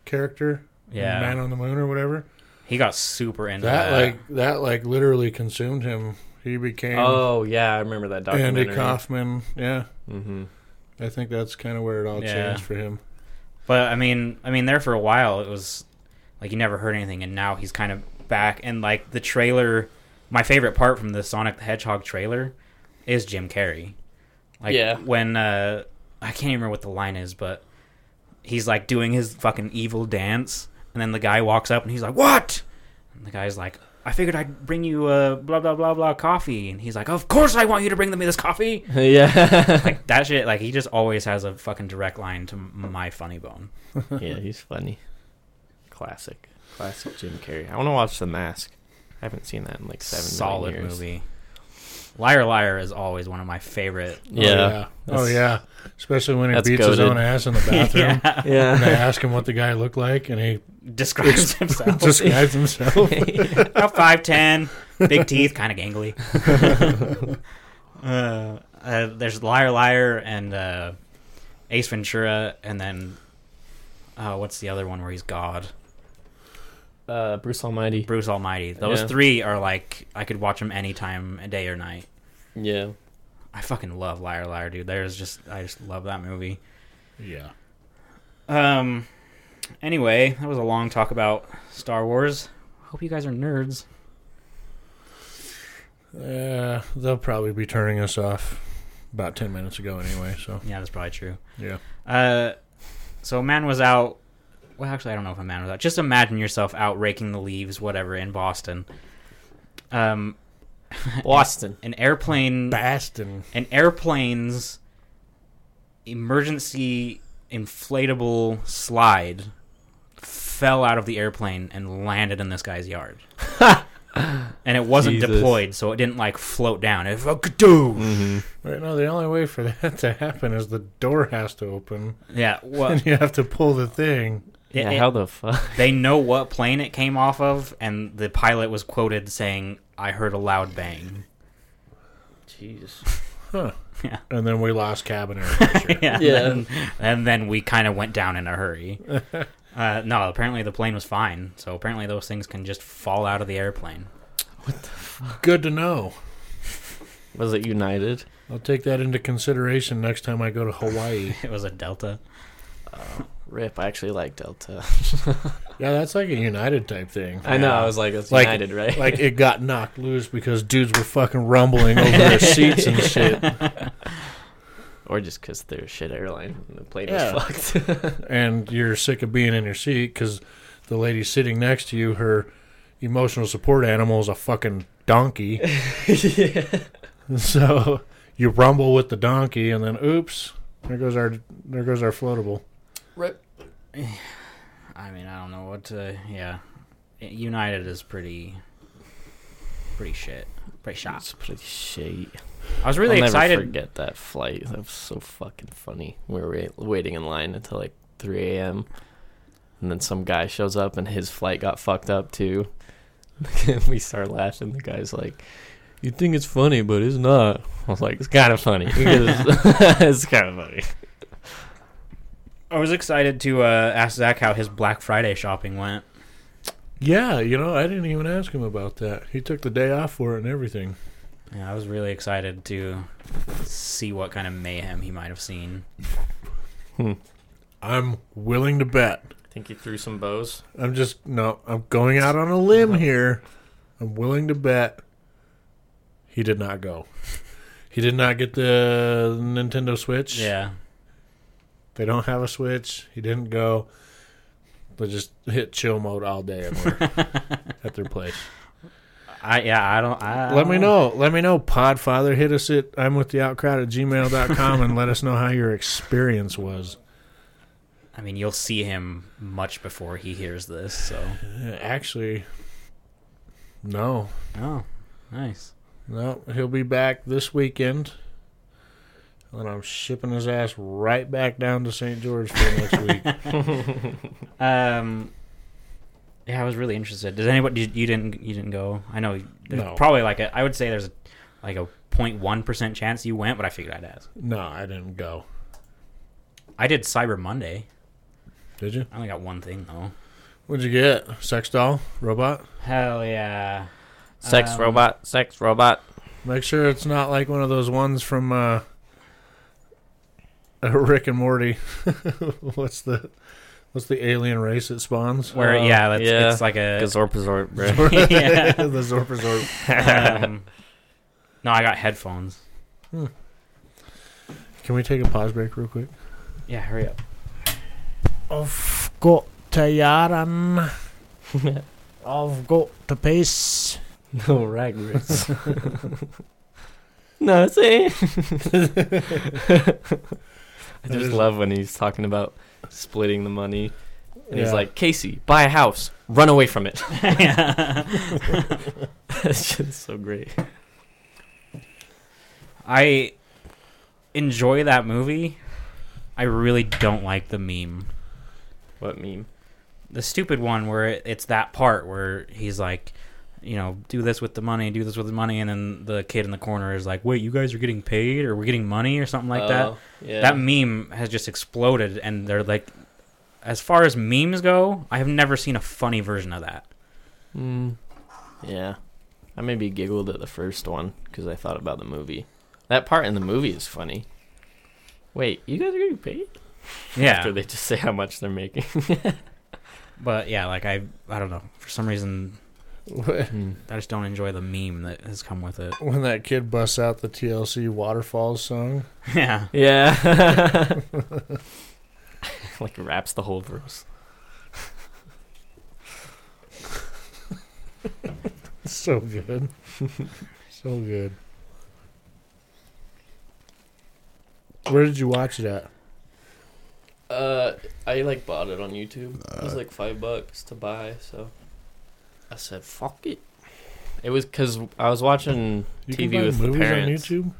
Speaker 1: character, in
Speaker 3: yeah
Speaker 1: Man on the Moon or whatever.
Speaker 3: he got super into
Speaker 1: That
Speaker 3: that,
Speaker 1: like that like literally consumed him. He became
Speaker 2: Oh yeah, I remember that documentary.
Speaker 1: Andy Kaufman. Yeah,
Speaker 2: Mm-hmm.
Speaker 1: I think that's kind of where it all
Speaker 3: Yeah.
Speaker 1: changed for him.
Speaker 3: but I mean I mean there for a while it was like you never heard anything and now he's kind of back and like the trailer my favorite part from the Sonic the Hedgehog trailer is Jim Carrey like
Speaker 2: Yeah.
Speaker 3: when uh I can't even remember what the line is but he's like doing his fucking evil dance and then the guy walks up and he's like what and the guy's like I figured I'd bring you uh, blah blah blah blah coffee and he's like of course I want you to bring me this coffee
Speaker 2: Mm-hmm. yeah,
Speaker 3: like that shit like he just always has a fucking direct line to my funny bone
Speaker 2: yeah, he's funny. Classic, classic Jim Carrey. I want to watch The Mask. I haven't seen that in like seven million
Speaker 3: solid
Speaker 2: years.
Speaker 3: movie. Liar Liar is always one of my favorite.
Speaker 1: Oh
Speaker 2: Yeah,
Speaker 1: yeah. Oh, yeah. Especially when he
Speaker 2: that's
Speaker 1: beats his
Speaker 2: goated.
Speaker 1: own ass in the bathroom.
Speaker 2: yeah.
Speaker 1: And they ask him what the guy looked like, and he
Speaker 3: Describes himself.
Speaker 1: describes himself.
Speaker 3: About five ten, big teeth, kind of gangly. uh, uh, there's Liar Liar and uh, Ace Ventura, and then uh, what's the other one where he's God?
Speaker 2: uh, Bruce Almighty.
Speaker 3: Bruce Almighty. Those
Speaker 2: Yeah.
Speaker 3: three are like I could watch them anytime, day or night.
Speaker 2: Yeah,
Speaker 3: I fucking love Liar Liar, dude. There's just I just love that movie.
Speaker 1: yeah.
Speaker 3: Um. Anyway, that was a long talk about Star Wars. Hope you guys are nerds.
Speaker 1: Uh, they'll probably be turning us off about ten minutes ago, anyway. So
Speaker 3: Yeah, that's probably true.
Speaker 1: yeah.
Speaker 3: Uh, so a man was out. Well, actually, I don't know if a man was out. Just imagine yourself out raking the leaves, whatever, in Boston. Um,
Speaker 2: Boston.
Speaker 3: an airplane,
Speaker 1: Bastin.
Speaker 3: an airplane's emergency inflatable slide fell out of the airplane and landed in this guy's yard. and it wasn't
Speaker 2: Jesus.
Speaker 3: deployed, so it didn't like float down. It do.
Speaker 2: Mm-hmm.
Speaker 1: Right now, the only way for that to happen is the door has to open,
Speaker 3: Yeah, what
Speaker 1: and you have to pull the thing.
Speaker 2: Yeah,
Speaker 3: it-
Speaker 2: how the fuck?
Speaker 3: they know what plane it came off of, and the pilot was quoted saying, "I heard a loud bang."
Speaker 2: Jesus.
Speaker 1: Huh.
Speaker 3: Yeah.
Speaker 1: And then we lost cabin air. pressure.
Speaker 3: yeah,
Speaker 2: Yeah.
Speaker 3: And, then, and then we kind of went down in a hurry. uh, no, apparently the plane was fine. So apparently those things can just fall out of the airplane.
Speaker 1: Good to know.
Speaker 2: Was it United?
Speaker 1: I'll take that into consideration next time I go to Hawaii.
Speaker 3: It was a Delta.
Speaker 2: Rip. I actually like Delta.
Speaker 1: Yeah, that's like a United type thing.
Speaker 2: I know. I was like, it's
Speaker 1: Like-
Speaker 2: United, right?
Speaker 1: Like it got knocked loose because dudes were fucking rumbling over their seats and shit.
Speaker 2: or just because they're a shit airline and the plane
Speaker 1: Yeah.
Speaker 2: was fucked.
Speaker 1: And you're sick of being in your seat because the lady sitting next to you, her emotional support animal is a fucking donkey. So you rumble with the donkey, and then oops, there goes our there goes our floatable.
Speaker 2: Rip.
Speaker 3: I mean, I don't know what to. Yeah, United is pretty, pretty shit, pretty shot.
Speaker 2: That's pretty shit.
Speaker 3: I was really
Speaker 2: I'll
Speaker 3: excited.
Speaker 2: Never forget that flight. That was so fucking funny. We were wait- waiting in line until like 3 a.m. And then some guy shows up and his flight got fucked up too. and we start laughing. The guy's like, "You think it's funny, but it's not." I was like, "It's kind of funny. it's kind of funny."
Speaker 3: I was excited to uh, ask Zach how his Black Friday shopping went.
Speaker 1: Yeah, you know, I didn't even ask him about that. He took the day off for it and everything.
Speaker 3: Yeah, I was really excited to see what kind of mayhem he might have seen.
Speaker 1: I'm willing to bet.
Speaker 2: Think you threw some bows?
Speaker 1: I'm just no. I'm going out on a limb here. I'm willing to bet he did not go. He did not get the Nintendo Switch.
Speaker 3: Yeah,
Speaker 1: They don't have a Switch. He didn't go. They just hit chill mode all day at, work, at their place.
Speaker 3: I yeah I don't. I, I
Speaker 1: Let me
Speaker 3: don't
Speaker 1: know. Let me know, Podfather. Hit us at I'm with the outcrowd at gmail.com and let us know how your experience was.
Speaker 3: I mean, you'll see him much before he hears this. So
Speaker 1: Uh, Actually, no.
Speaker 3: oh, nice.
Speaker 1: No, he'll be back this weekend. And I'm shipping his ass right back down to St. George for next week.
Speaker 3: Um, yeah, I was really interested. Does anybody you, you didn't you didn't go? I know there's
Speaker 1: No.
Speaker 3: probably like a I would say there's a, like a 0.1 percent chance you went, but I figured I'd ask.
Speaker 1: No, I didn't go.
Speaker 3: I did Cyber Monday.
Speaker 1: Did you?
Speaker 3: I only got one thing though.
Speaker 1: What'd you get? Sex doll? Robot?
Speaker 3: Hell yeah!
Speaker 2: Sex
Speaker 3: Um,
Speaker 2: robot. Sex robot.
Speaker 1: Make sure it's not like one of those ones from uh, uh, Rick and Morty. what's the what's the alien race it spawns?
Speaker 3: Where
Speaker 2: Uh,
Speaker 3: yeah, that's,
Speaker 2: yeah.
Speaker 3: it's like a
Speaker 2: Gazorpazorp, bro.
Speaker 3: Yeah.
Speaker 1: the Zorpazorp.
Speaker 3: um, no, I got headphones.
Speaker 1: Can we take a pause break real quick?
Speaker 3: Yeah, hurry up.
Speaker 1: I've got to Yaran. I've got to pace.
Speaker 2: No rag grits. no, see. I just love when he's talking about splitting the money, and he's
Speaker 1: Yeah.
Speaker 2: like, "Casey, buy a house, run away from it." That's just so great.
Speaker 3: I enjoy that movie. I really don't like the meme.
Speaker 2: What meme?
Speaker 3: the stupid one where it, it's that part where he's like you know do this with the money do this with the money and then the kid in the corner is like wait you guys are getting paid or we're getting money or something like that
Speaker 2: Oh, Yeah.
Speaker 3: that meme has just exploded and they're like as far as memes go i have never seen a funny version of that
Speaker 2: Mm, yeah. I maybe giggled at the first one because I thought about the movie. That part in the movie is funny. Wait, you guys are getting paid?
Speaker 3: yeah
Speaker 2: After they just say how much they're making.
Speaker 3: but yeah like i i don't know for some reason i just don't enjoy the meme that has come with it
Speaker 1: When that kid busts out the TLC Waterfalls song.
Speaker 3: yeah
Speaker 2: Yeah. like wraps the whole verse.
Speaker 1: So good. so good. Where did you watch it at?
Speaker 2: Uh, I like bought it on YouTube. It was like five bucks to buy, so I said fuck it. It was because I was watching.
Speaker 1: You
Speaker 2: TV with the parents.
Speaker 1: on YouTube?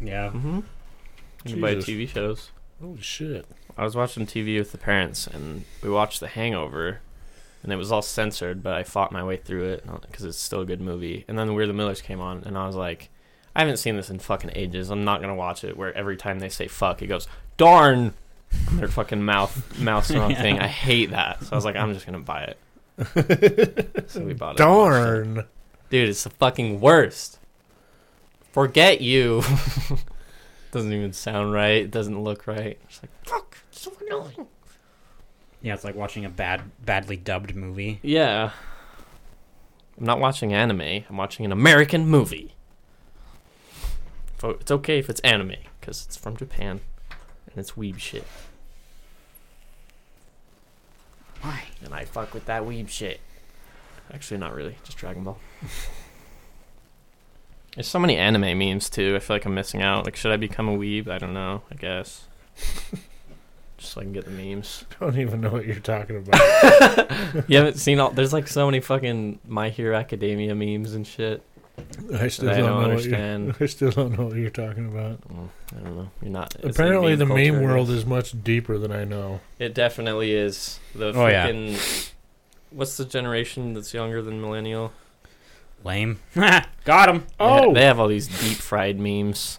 Speaker 3: yeah
Speaker 2: Mm-hmm. By
Speaker 1: Jesus.
Speaker 2: TV shows.
Speaker 1: Holy shit.
Speaker 2: I was watching TV with the parents, and we watched The Hangover, and it was all censored, but I fought my way through it because it's still a good movie. And then We're the Millers came on, and I was like, I haven't seen this in fucking ages. I'm not gonna watch it. Where every time they say fuck, it goes darn. Their fucking mouth mouths the wrong thing. I hate that. So I was like, I'm just gonna buy it. so we bought it. and watched it.
Speaker 1: Darn.
Speaker 2: dude, it's the fucking worst. Forget you. doesn't even sound right. It doesn't look right. It's like fuck. It's so annoying.
Speaker 3: yeah it's like watching a bad badly dubbed movie
Speaker 2: Yeah. I'm not watching anime. I'm watching an American movie. Fo- It's okay if it's anime, because it's from Japan, and it's weeb shit.
Speaker 3: why
Speaker 2: And I fuck with that weeb shit. Actually, not really. Just Dragon Ball. There's so many anime memes too. I feel like I'm missing out. Like, should I become a weeb? I don't know. I guess. Just so I can get the memes.
Speaker 1: Don't even know what you're talking about.
Speaker 2: You haven't seen all. There's like so many fucking My Hero Academia memes and shit.
Speaker 1: I still
Speaker 2: I
Speaker 1: don't,
Speaker 2: don't
Speaker 1: know
Speaker 2: understand.
Speaker 1: What you're, I still don't know what you're talking about.
Speaker 2: Mm, I don't know. You're not. as in
Speaker 1: Apparently, the meme
Speaker 2: culture.
Speaker 1: world is much deeper than I know.
Speaker 2: It definitely is. The
Speaker 3: Oh, yeah.
Speaker 2: fucking. What's the generation that's younger than millennial?
Speaker 3: Lame. Got him.
Speaker 2: They ha-
Speaker 1: Oh!
Speaker 2: they have all these deep fried memes.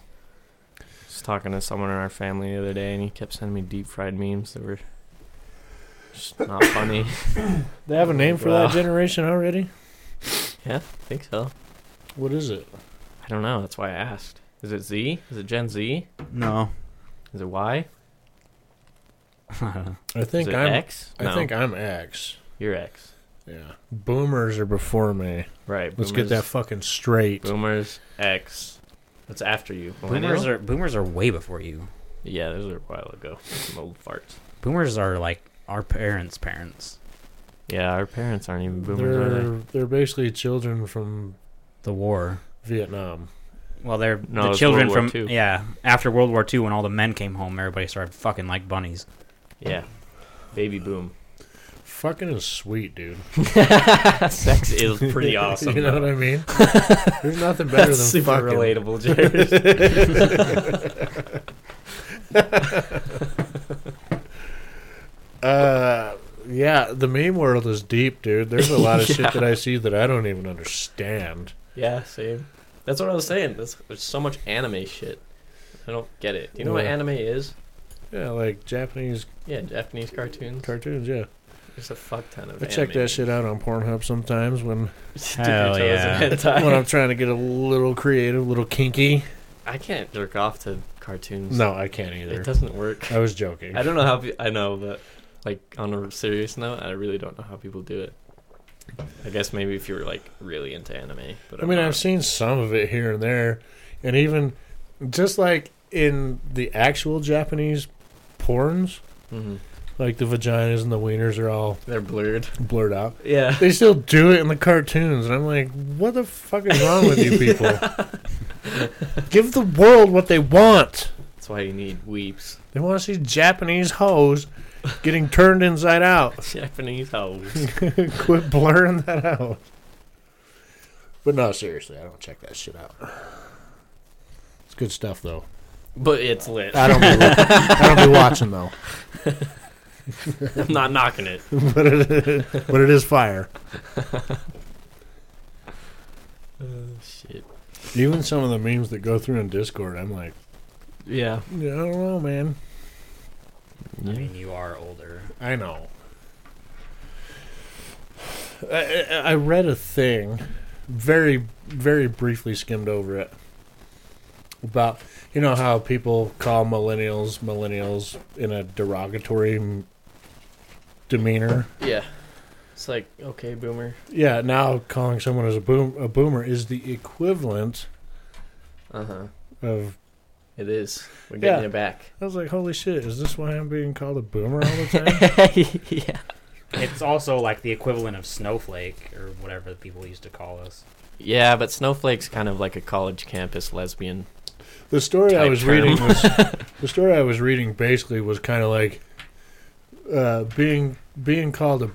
Speaker 2: I was talking to someone in our family the other day, and he kept sending me deep fried memes that were just not funny.
Speaker 1: They
Speaker 2: Oh
Speaker 1: have a name for
Speaker 2: Wow.
Speaker 1: that generation already.
Speaker 2: I think so.
Speaker 1: What is it?
Speaker 2: I don't know. That's why I asked. Is it Z? Is it Gen Z?
Speaker 3: No.
Speaker 2: Is it Y?
Speaker 1: I think
Speaker 2: Is it
Speaker 1: I'm.
Speaker 2: X?
Speaker 1: I
Speaker 2: No,
Speaker 1: think I'm X.
Speaker 2: you're X.
Speaker 1: Yeah, boomers are before me.
Speaker 2: Right.
Speaker 1: Let's get that
Speaker 2: boomers-
Speaker 1: fucking straight.
Speaker 2: Boomers X. That's after you.
Speaker 3: Boomers
Speaker 2: Millennial?
Speaker 3: are boomers are way before you.
Speaker 2: Yeah, those are a while ago. Some old farts.
Speaker 3: Boomers are like our parents' parents.
Speaker 2: Yeah, our parents aren't even boomers, are they?
Speaker 1: They're they're basically children from
Speaker 3: The war.
Speaker 1: Vietnam.
Speaker 3: Well, they're
Speaker 2: No,
Speaker 3: the
Speaker 2: it's
Speaker 3: children
Speaker 2: World War
Speaker 3: from
Speaker 2: Two.
Speaker 3: yeah. After World War II, when all the men came home, everybody started fucking like bunnies.
Speaker 2: Yeah. Baby boom.
Speaker 1: Fucking is sweet, dude.
Speaker 2: Sex is pretty awesome.
Speaker 1: you know
Speaker 2: though.
Speaker 1: what I mean? There's nothing better
Speaker 2: That's
Speaker 1: than
Speaker 2: super
Speaker 1: fucking.
Speaker 2: relatable, Jared.
Speaker 1: Uh, yeah, the meme world is deep, dude. There's a lot of shit that I see that I don't even understand.
Speaker 2: yeah, same. That's what I was saying. That's, there's so much anime shit. I don't get it. Do you know what
Speaker 1: Yeah.
Speaker 2: anime is?
Speaker 1: Yeah, like Japanese
Speaker 2: Yeah, Japanese cartoons.
Speaker 1: cartoons. Yeah,
Speaker 2: There's a fuck ton of.
Speaker 1: I check
Speaker 2: anime.
Speaker 1: that shit out on Pornhub sometimes when
Speaker 2: Dip your
Speaker 3: Hell
Speaker 2: toes in
Speaker 3: yeah.
Speaker 2: hentai.
Speaker 1: when I'm trying to get a little creative, a little kinky.
Speaker 2: I can't jerk off to cartoons.
Speaker 1: No, I can't
Speaker 2: it
Speaker 1: either.
Speaker 2: doesn't work.
Speaker 1: I was joking.
Speaker 2: I don't know how. Pe- I know, but like on a serious note, I really don't know how people do it. I guess maybe if you were like really into anime, but
Speaker 1: I mean,
Speaker 2: I'm
Speaker 1: I've seen some of it here and there, and even just like in the actual Japanese porns,
Speaker 2: hmm
Speaker 1: like the vaginas and the wieners are all
Speaker 2: They're blurred.
Speaker 1: blurred out.
Speaker 2: Yeah.
Speaker 1: They still do it in the cartoons, and I'm like, what the fuck is wrong with you people? Give the world what they want.
Speaker 2: That's why you need weeps.
Speaker 1: They want to see Japanese hoes getting turned inside out.
Speaker 2: Japanese hoes.
Speaker 1: Quit blurring that out. But no, seriously, I don't check that shit out. It's good stuff, though.
Speaker 2: But it's lit.
Speaker 1: I don't. Be I don't be watching though.
Speaker 2: I'm not knocking it.
Speaker 1: but it, but it is fire.
Speaker 2: Oh, Shit.
Speaker 1: Even some of the memes that go through in Discord, I'm like,
Speaker 2: Yeah.
Speaker 1: yeah, I don't know, man.
Speaker 3: I mean, you are older.
Speaker 1: I know. I, I- I read a thing, very very briefly skimmed over it about you know how people call millennials millennials in a derogatory m- demeanor.
Speaker 2: Yeah. It's like okay, boomer.
Speaker 1: Yeah, now calling someone as a boom a boomer is the equivalent
Speaker 2: Uh huh.
Speaker 1: of
Speaker 2: It is. We're
Speaker 1: Yeah.
Speaker 2: getting you back.
Speaker 1: I was like, holy shit, is this why I'm being called a boomer all the time?
Speaker 2: yeah.
Speaker 3: It's also like the equivalent of snowflake or whatever the people used to call us.
Speaker 2: Yeah, but Snowflake's kind of like a college campus lesbian.
Speaker 1: the story I
Speaker 2: Type
Speaker 1: was
Speaker 2: term.
Speaker 1: reading was the story I was reading basically was kind of like uh, being being called a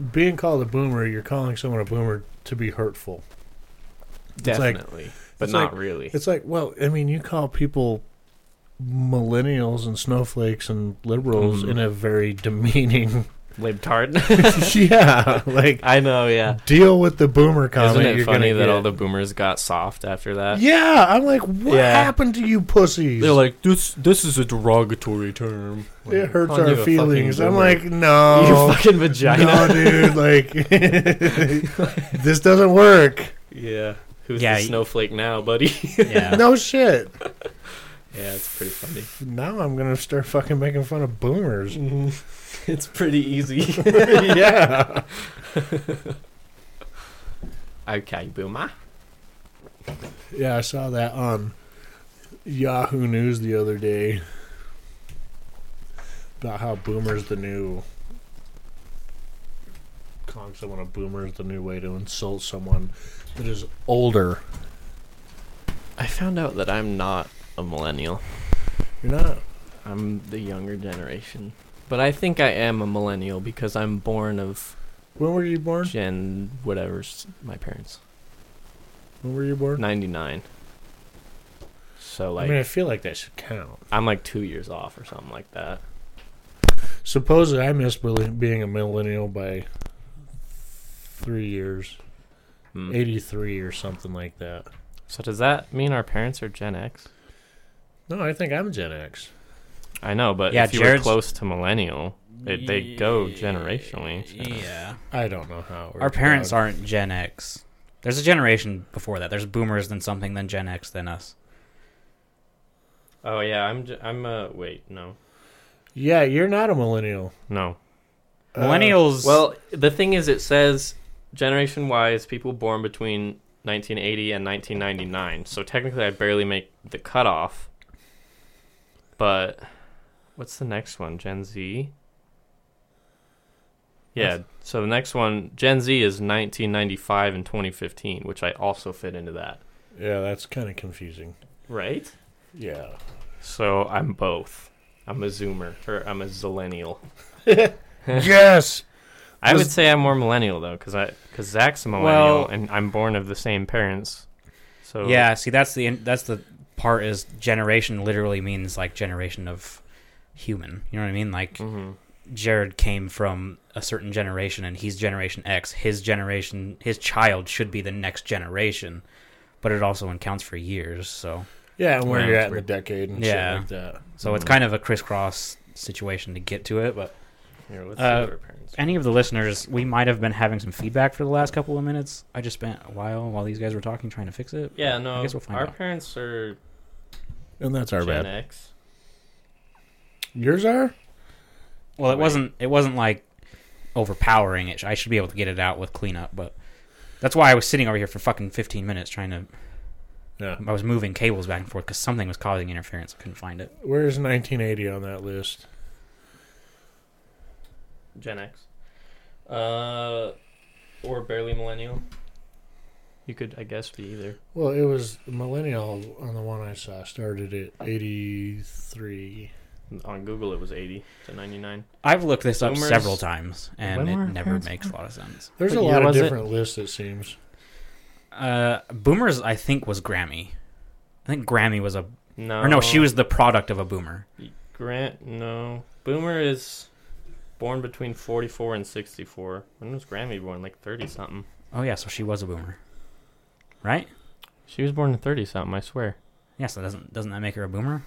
Speaker 1: being called a boomer. You're calling someone a boomer to be hurtful. like-
Speaker 2: Definitely. but
Speaker 1: it's
Speaker 2: not
Speaker 1: like-
Speaker 2: really.
Speaker 1: It's like, well, I mean, you call people millennials and snowflakes and liberals
Speaker 2: Mhm.
Speaker 1: in a very demeaning.
Speaker 2: Libtard.
Speaker 1: yeah, like
Speaker 2: I know, yeah.
Speaker 1: deal with the boomer comment.
Speaker 2: Isn't it
Speaker 1: you're
Speaker 2: funny
Speaker 1: gonna
Speaker 2: that
Speaker 1: get.
Speaker 2: all the boomers got soft after that?
Speaker 1: Yeah, I'm like, what
Speaker 2: Yeah.
Speaker 1: happened to you pussies?
Speaker 2: like, this this is a derogatory term.
Speaker 1: It hurts
Speaker 2: calling
Speaker 1: our
Speaker 2: you a
Speaker 1: feelings.
Speaker 2: fucking
Speaker 1: I'm
Speaker 2: boomer.
Speaker 1: like, no,
Speaker 2: you fucking vagina.
Speaker 1: no, dude, like this doesn't work.
Speaker 2: Yeah. Who's
Speaker 3: Yeah,
Speaker 2: the
Speaker 3: you-
Speaker 2: snowflake now, buddy?
Speaker 3: Yeah.
Speaker 1: No shit.
Speaker 2: yeah, it's pretty funny.
Speaker 1: Now I'm gonna start fucking making fun of boomers.
Speaker 2: it's pretty easy.
Speaker 1: yeah,
Speaker 2: okay, boomer.
Speaker 1: yeah, I saw that on Yahoo News the other day about how boomers the new calling someone a boomer is the new way to insult someone that is older.
Speaker 2: I found out that I'm not a millennial.
Speaker 1: You're not.
Speaker 2: I'm the younger generation. But I think I am a millennial because I'm born of
Speaker 1: When were you born?
Speaker 2: Gen whatever's my parents.
Speaker 1: When were you born?
Speaker 2: 99. So
Speaker 1: I
Speaker 2: like
Speaker 1: mean, I feel like that should count.
Speaker 2: I'm like 2 years off or something like that.
Speaker 1: Supposedly, I missed really being a millennial by three years,
Speaker 2: Hmm.
Speaker 1: 83 or something like that.
Speaker 2: So does that mean our parents are Gen X?
Speaker 1: No, I think I'm Gen X.
Speaker 2: I know, but
Speaker 3: Yeah,
Speaker 2: if you
Speaker 3: Jared's-
Speaker 2: were close to millennial, it, they go generationally. so-
Speaker 3: Yeah.
Speaker 1: I don't know how.
Speaker 3: Our parents aren't Gen X. There's a generation before that. There's boomers, then something, then Gen X, then us.
Speaker 2: Oh yeah, I'm j- I'm uh wait, no.
Speaker 1: Yeah, you're not a millennial.
Speaker 2: No.
Speaker 1: Uh,
Speaker 3: Millennials.
Speaker 2: Well, the thing is, it says generation wise, people born between 1980 and 1999. So technically, I barely make the cutoff. But what's the next one? Gen Z? Yeah, so the next one, Gen Z is 1995 and 2015, which I also fit into that.
Speaker 1: Yeah, that's kind of confusing.
Speaker 2: Right?
Speaker 1: Yeah.
Speaker 2: So I'm both. I'm a Zoomer, or I'm a Zillennial.
Speaker 1: yes.
Speaker 2: I
Speaker 1: Was-
Speaker 2: would say I'm more millennial though, because I because Zach's a millennial
Speaker 3: Well-
Speaker 2: and I'm born of the same parents. So
Speaker 3: yeah. See, that's the that's the part is generation literally means like generation of human. You know what I mean? Like
Speaker 2: hmm
Speaker 3: Jared came from a certain generation, and he's Generation X. His generation, his child should be the next generation, but it also accounts for years. So,
Speaker 1: Yeah, and where
Speaker 2: Yeah,
Speaker 1: you're
Speaker 2: it's
Speaker 1: at in the
Speaker 2: weird.
Speaker 1: decade and
Speaker 3: Yeah.
Speaker 1: shit like that.
Speaker 3: so
Speaker 2: Mm.
Speaker 3: it's kind of a crisscross situation to get to it, but.
Speaker 2: Here, let's
Speaker 3: Uh,
Speaker 2: see what our parents.
Speaker 3: any of the listeners, we might have been having some feedback for the last couple of minutes. I just spent a while while these guys were talking trying to fix it.
Speaker 2: Yeah, no,
Speaker 3: I guess we'll find
Speaker 2: our
Speaker 3: out.
Speaker 2: parents are
Speaker 1: And that's our
Speaker 2: Gen
Speaker 1: bad.
Speaker 2: X.
Speaker 1: Yours are?
Speaker 3: Well, it
Speaker 2: Wait.
Speaker 3: wasn't. It wasn't like overpowering. It. I should be able to get it out with cleanup, but that's why I was sitting over here for fucking fifteen minutes trying to.
Speaker 2: Hmm.
Speaker 1: Yeah.
Speaker 3: I was moving cables back and forth because something was causing interference. I couldn't find it.
Speaker 1: Where's 1980 on that list?
Speaker 2: Gen X, uh, or barely millennial. You could, I guess, be either.
Speaker 1: Well, it was millennial on the one I saw. Started at 83.
Speaker 2: On Google, it was 80 to 99.
Speaker 3: I've looked this up
Speaker 2: Boomers-
Speaker 3: several times, and
Speaker 2: When were
Speaker 3: it
Speaker 2: our
Speaker 3: never
Speaker 2: parents
Speaker 3: makes a lot of sense.
Speaker 1: There's
Speaker 2: What
Speaker 1: a
Speaker 2: year
Speaker 1: lot of
Speaker 2: was it?
Speaker 1: different lists, it seems.
Speaker 3: Uh, boomers, I think, was Grammy. I think Grammy was a,
Speaker 2: No,
Speaker 3: or no,
Speaker 2: Oh.
Speaker 3: she was the product of a boomer.
Speaker 2: Grant. No, Boomer is born between 44 and 64. When was Grammy born? Like 30 something.
Speaker 3: Oh yeah, so she was a boomer, right?
Speaker 2: She was born in 30 something, I swear.
Speaker 3: Yeah, so doesn't doesn't that make her a boomer?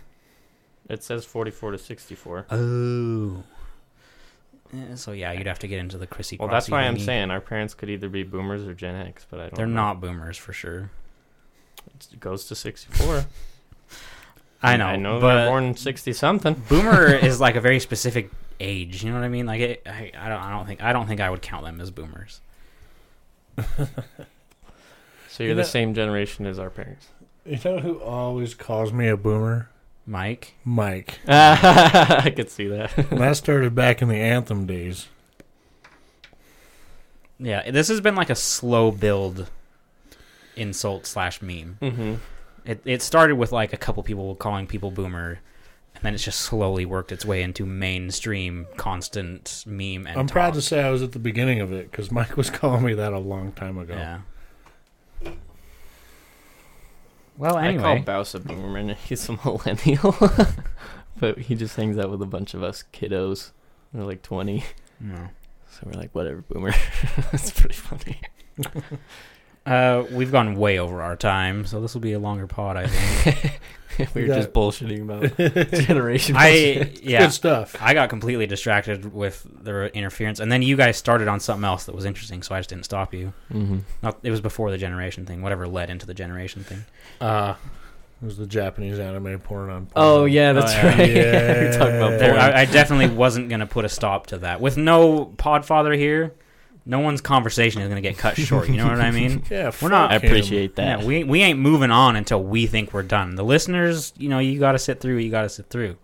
Speaker 2: It says 44 to 64.
Speaker 3: Oh. Eh, So yeah, you'd have to get into the Chrissy.
Speaker 2: Well, that's
Speaker 3: Crossy
Speaker 2: why I'm
Speaker 3: thingy.
Speaker 2: saying our parents could either be boomers or Gen X, but I don't
Speaker 3: they're
Speaker 2: know.
Speaker 3: not boomers for sure.
Speaker 2: It goes to 64.
Speaker 3: I know,
Speaker 2: I know
Speaker 3: but
Speaker 2: they're born 60 something.
Speaker 3: boomer is like a very specific age. You know what I mean? Like it, I, I don't, I don't think, I don't think I would count them as boomers.
Speaker 2: So you're
Speaker 1: You
Speaker 2: the
Speaker 1: know-
Speaker 2: same generation as our parents.
Speaker 1: You know who always calls me a boomer?
Speaker 3: Mike,
Speaker 1: Mike.
Speaker 2: I could see that.
Speaker 1: And that started back in the Anthem days.
Speaker 3: yeah, this has been like a slow build insult slash meme.
Speaker 2: Mm-hmm.
Speaker 3: It it started with like a couple people calling people boomer. And then it's just slowly worked its way into mainstream, constant meme and
Speaker 1: I'm proud
Speaker 3: talk.
Speaker 1: to say I was at the beginning of it because Mike was calling me that a long time ago.
Speaker 3: Yeah. Well,
Speaker 2: I
Speaker 3: anyway,
Speaker 2: call Bouse a boomer and he's a millennial. but he just hangs out with a bunch of us kiddos. We're like 20.
Speaker 3: no.
Speaker 2: So we're like, whatever, boomer. That's pretty funny.
Speaker 3: uh, we've gone way over our time, so this will be a longer pod. I think.
Speaker 2: we were
Speaker 1: Yeah.
Speaker 2: just bullshitting about generation.
Speaker 3: I yeah,
Speaker 1: Good stuff.
Speaker 3: I got completely distracted with the interference, and then you guys started on something else that was interesting, so I just didn't stop you.
Speaker 2: Mm-hmm.
Speaker 3: Not, it was before the generation thing, whatever led into the generation thing.
Speaker 1: Uh, it was the Japanese anime porn on porn.
Speaker 2: Oh yeah, that's
Speaker 3: Oh, yeah.
Speaker 2: right. we talked about
Speaker 1: Yeah.
Speaker 3: There,
Speaker 2: porn.
Speaker 3: I, I definitely wasn't gonna put a stop to that. With no Podfather here, no one's conversation is gonna get cut short. You know what I mean?
Speaker 1: Yeah,
Speaker 3: We're
Speaker 1: fuck
Speaker 3: not-
Speaker 2: I
Speaker 1: him.
Speaker 2: appreciate that.
Speaker 3: Yeah, we we ain't moving on until we think we're done. The listeners, you know, you got to sit through. what You got to sit through.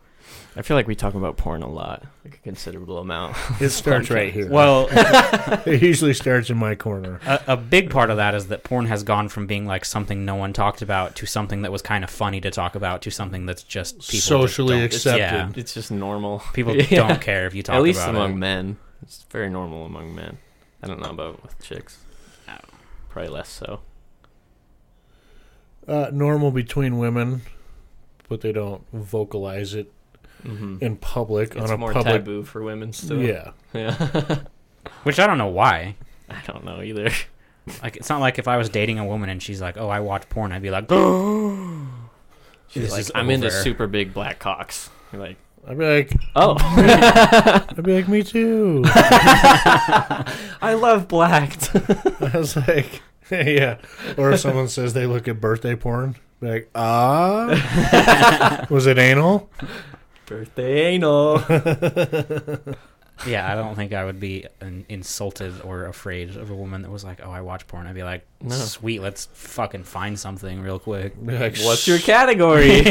Speaker 2: I feel like we talk about porn a lot, like a considerable amount.
Speaker 1: It starts right here.
Speaker 3: Well,
Speaker 1: it usually starts in my corner.
Speaker 3: a, a big part of that is that porn has gone from being like something no one talked about to something that was kind of funny to talk about to something that's just people just
Speaker 1: Socially
Speaker 3: don't-
Speaker 1: accepted.
Speaker 3: Yeah,
Speaker 2: It's just normal.
Speaker 3: people
Speaker 2: Yeah.
Speaker 3: don't care if you talk
Speaker 2: At least
Speaker 3: about
Speaker 2: among
Speaker 3: it.
Speaker 2: men, it's very normal among men. I don't know about with chicks. Probably less so.
Speaker 1: Uh, normal between women, but they don't vocalize it
Speaker 2: Mm-hmm.
Speaker 1: in public
Speaker 2: It's
Speaker 1: on a
Speaker 2: more
Speaker 1: public.
Speaker 2: taboo for women still.
Speaker 1: Yeah,
Speaker 2: Yeah.
Speaker 3: Which I don't know why.
Speaker 2: I don't know either.
Speaker 3: Like it's not like if I was dating a woman and she's like, "Oh, I watch porn," I'd be like, "Oh,
Speaker 2: She's
Speaker 3: This
Speaker 2: like,
Speaker 3: is
Speaker 2: I'm into
Speaker 3: over."
Speaker 2: super big black cocks. You're like,
Speaker 1: I'd be like,
Speaker 2: oh,
Speaker 1: I'd be like, me too.
Speaker 2: I love blacked.
Speaker 1: I was like, yeah. Or if someone says they look at birthday porn, be like, ah, was it anal?
Speaker 2: Birthday anal.
Speaker 3: yeah." I don't think I would be an, insulted or afraid of a woman that was like, "Oh, I watch porn." I'd be like,
Speaker 2: No.
Speaker 3: "Sweet, let's fucking find something real quick."
Speaker 1: Be like,
Speaker 2: What's your category?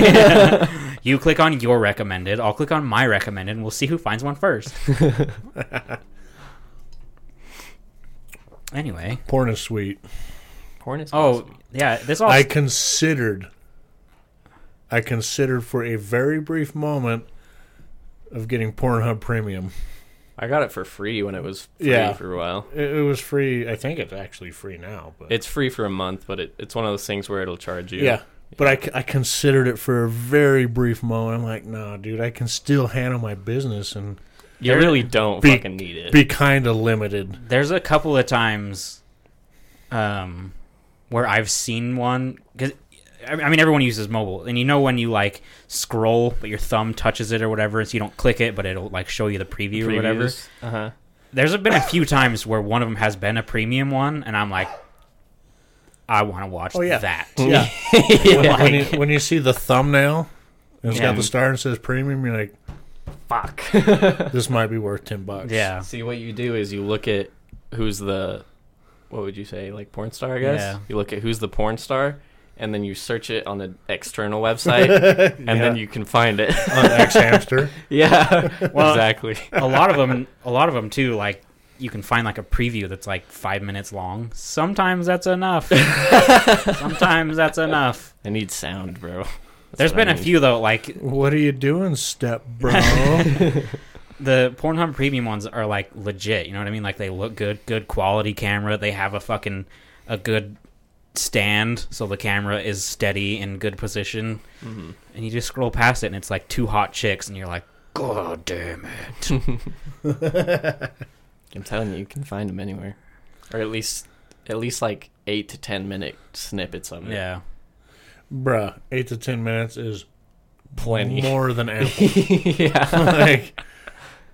Speaker 3: You click on your recommended. I'll click on my recommended, and we'll see who finds one first. anyway,
Speaker 1: porn is sweet.
Speaker 2: Porn is
Speaker 3: oh yeah, this all
Speaker 1: I considered, I considered for a very brief moment of getting Pornhub Premium.
Speaker 2: I got it for free when it was free
Speaker 1: Yeah.
Speaker 2: for a while.
Speaker 1: It, it was free. I think it's actually free now. But
Speaker 2: It's free for a month, but it, it's one of those things where it'll charge you.
Speaker 1: yeah. But I, c- I considered it for a very brief moment. I'm like, nah, dude, I can still handle my business and
Speaker 2: You
Speaker 3: There-
Speaker 2: really don't
Speaker 1: Be-
Speaker 2: fucking need it.
Speaker 1: be kind of limited.
Speaker 3: there's a couple of times, um, where I've seen one because I I mean everyone uses mobile, and you know when you like scroll, but your thumb touches it or whatever, so you don't click it, but it'll like show you the preview or whatever.
Speaker 2: Uh huh.
Speaker 3: There's been a few times where one of them has been a premium one, and I'm like, I want to watch
Speaker 1: Oh, yeah.
Speaker 3: that.
Speaker 1: Yeah. when, when you, when you see the thumbnail, and it's
Speaker 3: Yeah.
Speaker 1: got the star and says premium, you're like,
Speaker 2: Fuck.
Speaker 1: this might be worth 10 bucks.
Speaker 3: Yeah.
Speaker 2: See, what you do is you look at who's the, what would you say, like porn star, I guess?
Speaker 3: Yeah.
Speaker 2: You look at who's the porn star, and then you search it on an external website, and then you can find it.
Speaker 1: On X Hamster.
Speaker 2: yeah.
Speaker 3: Well-
Speaker 2: exactly.
Speaker 3: a lot of them a lot of them too like you can find like a preview that's like five minutes long sometimes that's enough sometimes that's enough
Speaker 2: I need sound, bro. There's
Speaker 3: There's been a few though like
Speaker 1: What are you doing, step bro?
Speaker 3: the pornhub premium ones are like legit you know what i mean like they look good good quality camera they have a fucking a good stand so the camera is steady in good position
Speaker 2: Mm-hmm.
Speaker 3: and you just scroll past it and it's like two hot chicks and you're like god damn it
Speaker 2: I'm telling you, you can find them anywhere, or at least, at least like eight to ten minute snippets of it.
Speaker 3: yeah
Speaker 1: Bruh, eight to 10 minutes is
Speaker 2: Plenty.
Speaker 1: more than ample.
Speaker 2: yeah.
Speaker 1: like,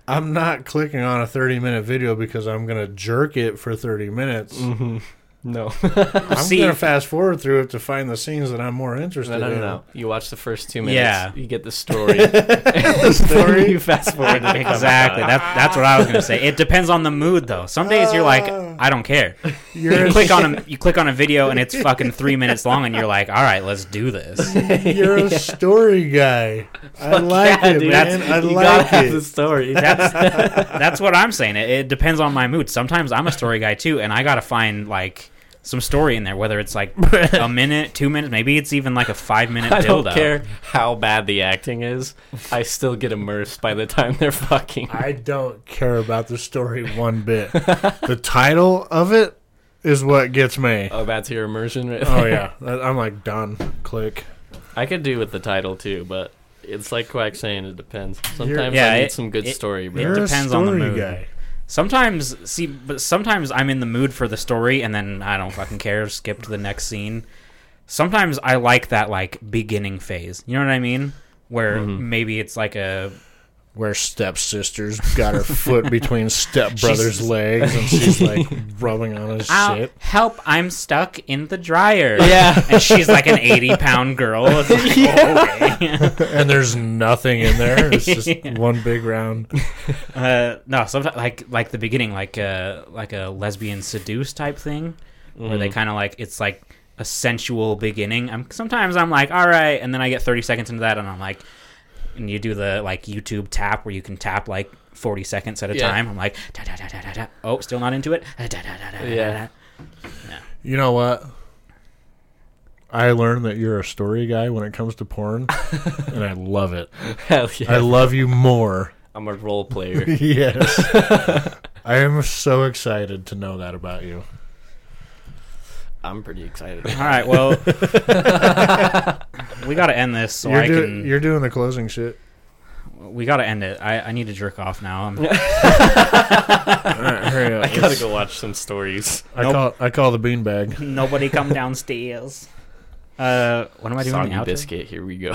Speaker 1: I'm not clicking on a 30 minute video because I'm going to jerk it for 30 minutes.
Speaker 2: No.
Speaker 1: I'm
Speaker 3: Mm. See-
Speaker 1: going to fast forward through it to find the scenes that I'm more interested
Speaker 2: No, no,
Speaker 1: in.
Speaker 2: no, no. You watch the first two minutes.
Speaker 3: Yeah.
Speaker 2: You get the story. the
Speaker 1: story?
Speaker 2: you fast forward. to the cover.
Speaker 3: exactly. That's that's what I was gonna say. It depends on the mood, though. Some days you're like, I don't care.
Speaker 1: You're,
Speaker 3: You click on a you click on a video and it's fucking three minutes long, and you're like, all right, let's do this.
Speaker 1: you're a story guy. I like
Speaker 2: Yeah,
Speaker 1: it,
Speaker 2: dude.
Speaker 1: man.
Speaker 2: That's-
Speaker 1: I
Speaker 2: you gotta
Speaker 1: like
Speaker 2: have the
Speaker 1: it.
Speaker 2: story.
Speaker 3: That's that's what I'm saying. It, it depends on my mood. Sometimes I'm a story guy too, and I gotta find like some story in there, whether it's like a minute, two minutes, maybe it's even like a five minute
Speaker 2: I
Speaker 3: dildo.
Speaker 2: don't care how bad the acting is. I still get immersed by the time they're fucking.
Speaker 1: I don't care about the story one bit. the title of it is what gets me.
Speaker 2: Oh, that's your immersion. Right
Speaker 1: Oh
Speaker 2: there.
Speaker 1: yeah, That- I'm like done. Click.
Speaker 2: I could do with the title too, but it's like Quack saying it depends. Sometimes
Speaker 3: yeah,
Speaker 2: I need
Speaker 3: it-
Speaker 2: some good
Speaker 3: it-
Speaker 2: story, bro.
Speaker 1: You're
Speaker 3: depends
Speaker 1: a
Speaker 3: on the
Speaker 1: story
Speaker 3: mood.
Speaker 1: guy.
Speaker 3: Sometimes, see, but sometimes I'm in the mood for the story, and then I don't fucking care. Skip to the next scene. Sometimes I like that like beginning phase. You know what I mean? Where
Speaker 2: Mm-hmm.
Speaker 3: maybe it's like a
Speaker 1: Where stepsister's got her foot between stepbrother's
Speaker 3: She's-
Speaker 1: legs and she's like rubbing on his
Speaker 3: "Ow,
Speaker 1: shit.
Speaker 3: help, I'm stuck in the dryer.
Speaker 2: Yeah.
Speaker 3: and she's like an eighty pound girl. It's like, okay.
Speaker 1: And there's nothing in there. It's just one big round.
Speaker 3: uh, no, sometimes like like the beginning, like a like a lesbian seduce type thing, where
Speaker 2: Mm-hmm.
Speaker 3: they kind of like it's like a sensual beginning. I'm sometimes I'm like, all right, and then I get thirty seconds into that, and I'm like, and you do the like YouTube tap where you can tap like 40 seconds at a
Speaker 2: Yeah.
Speaker 3: time. I'm like, da, da, da, da, da, da. oh, still not into it. Da, da, da, da, da,
Speaker 2: Yeah.
Speaker 3: da, da.
Speaker 1: You know what? I learned that you're a story guy when it comes to porn, and I love it.
Speaker 2: Hell
Speaker 1: I
Speaker 2: yeah.
Speaker 1: love you more.
Speaker 2: I'm a role player.
Speaker 1: yes. I am so excited to know that about you.
Speaker 2: I'm pretty excited.
Speaker 3: All right, well, we got to end this so
Speaker 1: you're,
Speaker 3: I
Speaker 1: do-
Speaker 3: can.
Speaker 1: you're doing the closing shit.
Speaker 3: We got to end it. I, I need to jerk off now. I'm,
Speaker 1: All right, hurry up.
Speaker 2: I gotta go watch some stories.
Speaker 1: I
Speaker 3: Nope.
Speaker 1: call I call the beanbag.
Speaker 3: nobody come downstairs. Uh, what am I doing?
Speaker 2: Soggy
Speaker 3: Now?
Speaker 2: biscuit. Here we go.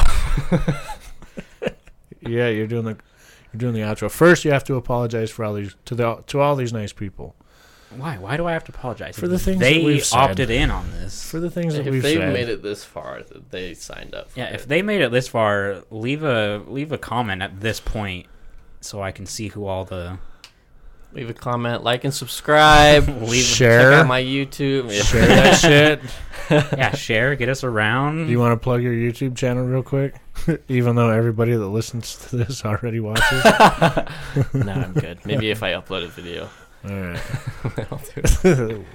Speaker 1: Yeah, you're doing the you're doing the outro. First, you have to apologize for all these to the to all these nice people
Speaker 3: Why? Why do I have to apologize
Speaker 1: For the things
Speaker 3: they
Speaker 1: that we've said.
Speaker 3: opted in on this.
Speaker 1: for the things that
Speaker 2: if
Speaker 1: we've
Speaker 2: they
Speaker 1: said.
Speaker 2: made it this far, th- they signed up. For
Speaker 3: Yeah,
Speaker 2: it.
Speaker 3: if they made it this far, leave a leave a comment at this point, so I can see who all the
Speaker 2: leave a comment, like and subscribe,
Speaker 3: leave.
Speaker 1: share
Speaker 2: check out my YouTube. Yeah.
Speaker 1: share that shit.
Speaker 3: yeah, share, get us around.
Speaker 1: Do you want to plug your YouTube channel real quick? Even though everybody that listens to this already watches. all
Speaker 2: no, I'm good. Maybe if I upload a video,
Speaker 1: right.
Speaker 2: I'll do it.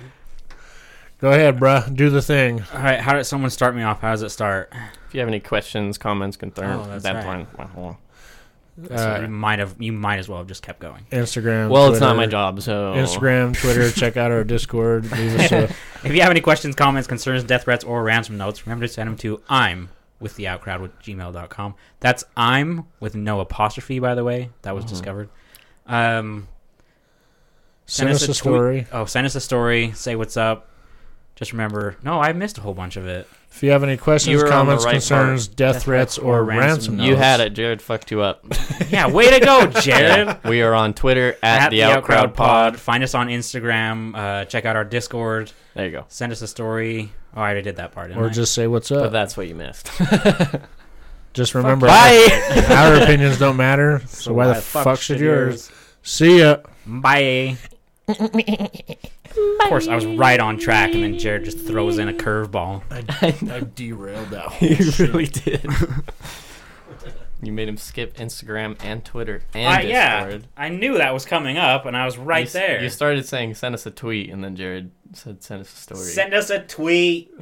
Speaker 1: Go ahead, bruh. Do the thing.
Speaker 3: all right, how did someone start me off? How does it start?
Speaker 2: If you have any questions, comments, concerns,
Speaker 3: Oh, that's
Speaker 2: that
Speaker 3: right.
Speaker 2: one.
Speaker 3: So you
Speaker 1: Uh,
Speaker 3: might have you might as well have just kept going.
Speaker 1: Instagram.
Speaker 2: Well, it's not
Speaker 1: Twitter,
Speaker 2: my job, so
Speaker 1: Instagram, Twitter. check out our Discord. Leave us a
Speaker 3: If you have any questions, comments, concerns, death threats, or ransom notes, remember to send them to I'm with the outcrowd with gmail.com. That's I'm with no apostrophe, by the way. That
Speaker 1: Mm-hmm.
Speaker 3: was discovered. Um,
Speaker 1: send us a
Speaker 3: tweet-
Speaker 1: story.
Speaker 3: Oh, send us a story. Say what's up. Just remember, no, I missed a whole bunch of it.
Speaker 1: If you have any questions,
Speaker 2: were on the
Speaker 1: comments,
Speaker 2: right
Speaker 1: concerns, death, threats, or, ransom,
Speaker 2: You
Speaker 1: notes,
Speaker 2: had it, Jared. Fucked you up.
Speaker 3: Yeah, way to go, Jared.
Speaker 2: we are on Twitter at,
Speaker 3: At
Speaker 2: the Outcrowd Pod.
Speaker 3: Find us on Instagram. Uh, check out our Discord.
Speaker 2: There you go.
Speaker 3: Send us a story. Oh, I already did that part. didn't
Speaker 1: Or
Speaker 3: I?
Speaker 1: just say what's
Speaker 2: But
Speaker 1: up.
Speaker 2: that's what you missed.
Speaker 1: Just remember,
Speaker 2: Bye.
Speaker 1: our opinions don't matter. So, why, the fuck, should yours? See ya.
Speaker 3: Bye. Of course, I was right on track, and then Jared just throws in a curveball.
Speaker 1: I derailed that.
Speaker 2: you really did. you made him skip Instagram and Twitter and
Speaker 3: Uh, yeah,
Speaker 2: Discord.
Speaker 3: I knew that was coming up, and I was
Speaker 2: You
Speaker 3: right
Speaker 2: s-
Speaker 3: there.
Speaker 2: You started saying send us a tweet, and then Jared said send us a story.
Speaker 3: Send us a tweet.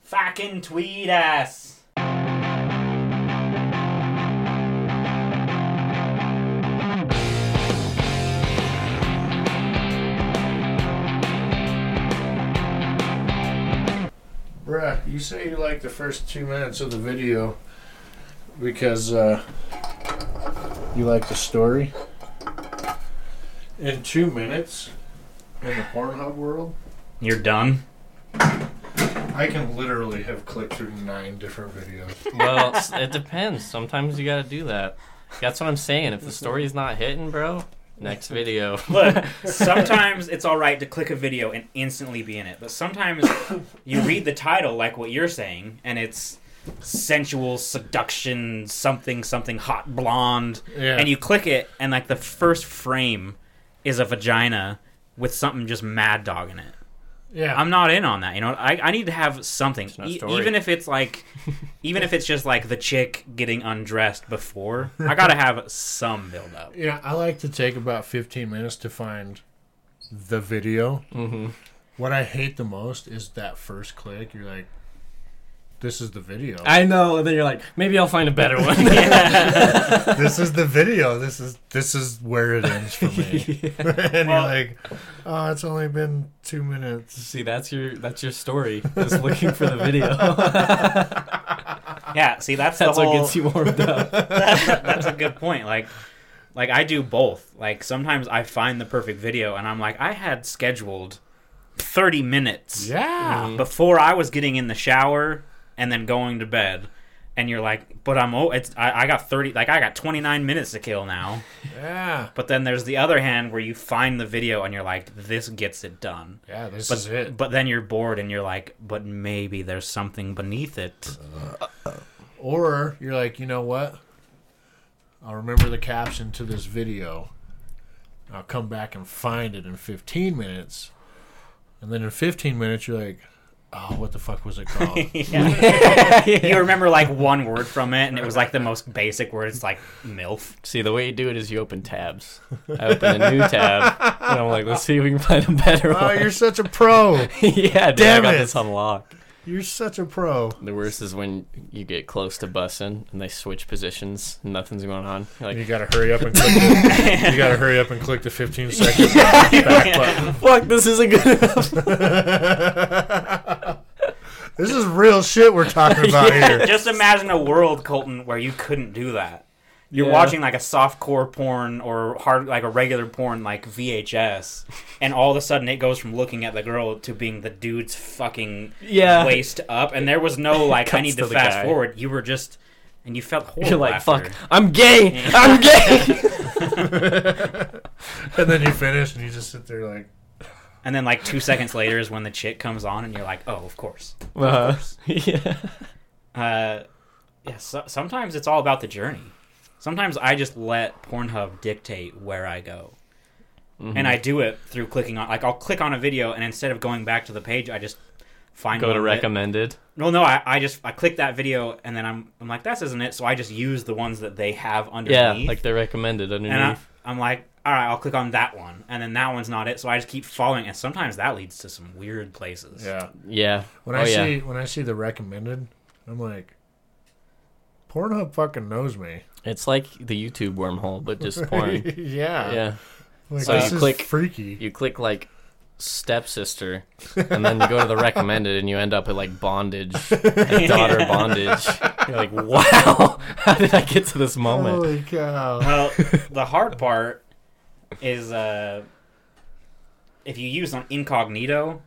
Speaker 3: Fucking tweet us.
Speaker 1: Bruh, you say you like the first two minutes of the video because uh, you like the story. In two minutes, in the Pornhub world,
Speaker 3: You're done.
Speaker 1: I can literally have clicked through nine different videos.
Speaker 2: well, s- it depends. Sometimes you got to do that. That's what I'm saying. If the story's not hitting, bro, next video.
Speaker 3: Look, sometimes it's all right to click a video and instantly be in it, but sometimes you read the title like what you're saying, and it's sensual seduction, something, something hot blonde,
Speaker 1: Yeah.
Speaker 3: and you click it, and like the first frame is a vagina with something just mad dog in it.
Speaker 1: yeah.
Speaker 3: I'm not in on that. You know, I, I need to have something,
Speaker 2: no
Speaker 3: E-
Speaker 2: story.
Speaker 3: even if it's like, even if it's just like the chick getting undressed before. I gotta have some build up.
Speaker 1: Yeah, I like to take about 15 minutes to find the video. Mm-hmm. What I hate the most is that first click. You're like, this is the video.
Speaker 2: I know. And then you're like, maybe I'll find a better one.
Speaker 1: this is the video. This is this is where it ends for me. and you're
Speaker 3: Well-
Speaker 1: like, oh, it's only been two minutes.
Speaker 2: See, that's your that's your story. Is looking for the video.
Speaker 3: Yeah, see, that's,
Speaker 2: That's
Speaker 3: the whole,
Speaker 2: what gets you warmed up.
Speaker 3: that's a good point. Like, like I do both. Like sometimes I find the perfect video, and I'm like, I had scheduled thirty minutes
Speaker 1: Yeah.
Speaker 3: before I was getting in the shower and then going to bed. And you're like, but I'm oh, it's I, I got thirty, like I got twenty nine minutes to kill now.
Speaker 1: Yeah.
Speaker 3: But then there's the other hand where you find the video and you're like, this gets it done.
Speaker 1: Yeah, this
Speaker 3: But,
Speaker 1: is it.
Speaker 3: but then you're bored and you're like, but maybe there's something beneath it.
Speaker 1: Or you're like, you know what? I'll remember the caption to this video. I'll come back and find it in 15 minutes. And then in 15 minutes, you're like, oh, what the fuck was it called?
Speaker 3: You remember like one word from it, and it was like the most basic word. It's like milf.
Speaker 2: See, the way you do it is you open tabs. I open a new tab, and I'm like, let's see if we can find a better
Speaker 1: oh,
Speaker 2: one.
Speaker 1: you're such a pro.
Speaker 2: yeah, dude,
Speaker 1: Damn
Speaker 2: I got
Speaker 1: it.
Speaker 2: this unlocked.
Speaker 1: You're such a pro.
Speaker 2: The worst is when you get close to bussing and they switch positions, and nothing's going on. You're
Speaker 1: You
Speaker 2: like,
Speaker 1: gotta hurry up and click. The, you gotta hurry up and click the 15 second back button.
Speaker 2: fuck, this isn't good.
Speaker 1: This is real shit we're talking about here.
Speaker 3: Just imagine a world, Colton, where you couldn't do that. You're
Speaker 2: Yeah.
Speaker 3: watching like a softcore porn or hard like a regular porn like VHS, and all of a sudden it goes from looking at the girl to being the dude's fucking
Speaker 2: Yeah.
Speaker 3: waist up, and there was no like I
Speaker 2: Cuts
Speaker 3: need
Speaker 2: to
Speaker 3: to
Speaker 2: the
Speaker 3: fast
Speaker 2: guy.
Speaker 3: forward. You were just and you felt horrible.
Speaker 2: You're like,
Speaker 3: after.
Speaker 2: fuck, I'm gay. I'm gay.
Speaker 1: And then you finish and you just sit there like,
Speaker 3: And then like two seconds later is when the chick comes on, and you're like, oh, of course.
Speaker 2: Uh, yeah.
Speaker 3: Uh, yeah. So, sometimes it's all about the journey. Sometimes I just let Pornhub dictate where I go, and
Speaker 2: Mm-hmm.
Speaker 3: I do it through clicking on. Like I'll click on a video, and instead of going back to the page, I just find
Speaker 2: Go
Speaker 3: one
Speaker 2: to
Speaker 3: that-
Speaker 2: recommended.
Speaker 3: No, no. I, I just I click that video, and then I'm I'm like, this isn't it. So I just use the ones that they have
Speaker 2: Yeah,
Speaker 3: underneath.
Speaker 2: like they're recommended underneath.
Speaker 3: and I, I'm like, all right, I'll click on that one, and then that one's not it. So I just keep following, and sometimes that leads to some weird places.
Speaker 1: yeah.
Speaker 2: yeah.
Speaker 1: When
Speaker 2: oh,
Speaker 1: I
Speaker 2: yeah.
Speaker 1: see when I see the recommended, I'm like, Pornhub fucking knows me.
Speaker 2: It's like the YouTube wormhole, but just porn.
Speaker 1: yeah.
Speaker 2: yeah.
Speaker 1: Like,
Speaker 2: So
Speaker 1: this
Speaker 2: you
Speaker 1: is
Speaker 2: click-
Speaker 1: freaky.
Speaker 2: You click like stepsister, and then you go to the recommended, and you end up at like bondage, like daughter bondage. You're like, wow, how did I get to this
Speaker 3: Oh.
Speaker 2: moment?
Speaker 1: Holy cow.
Speaker 3: Well, the hard part is uh, if you use on incognito,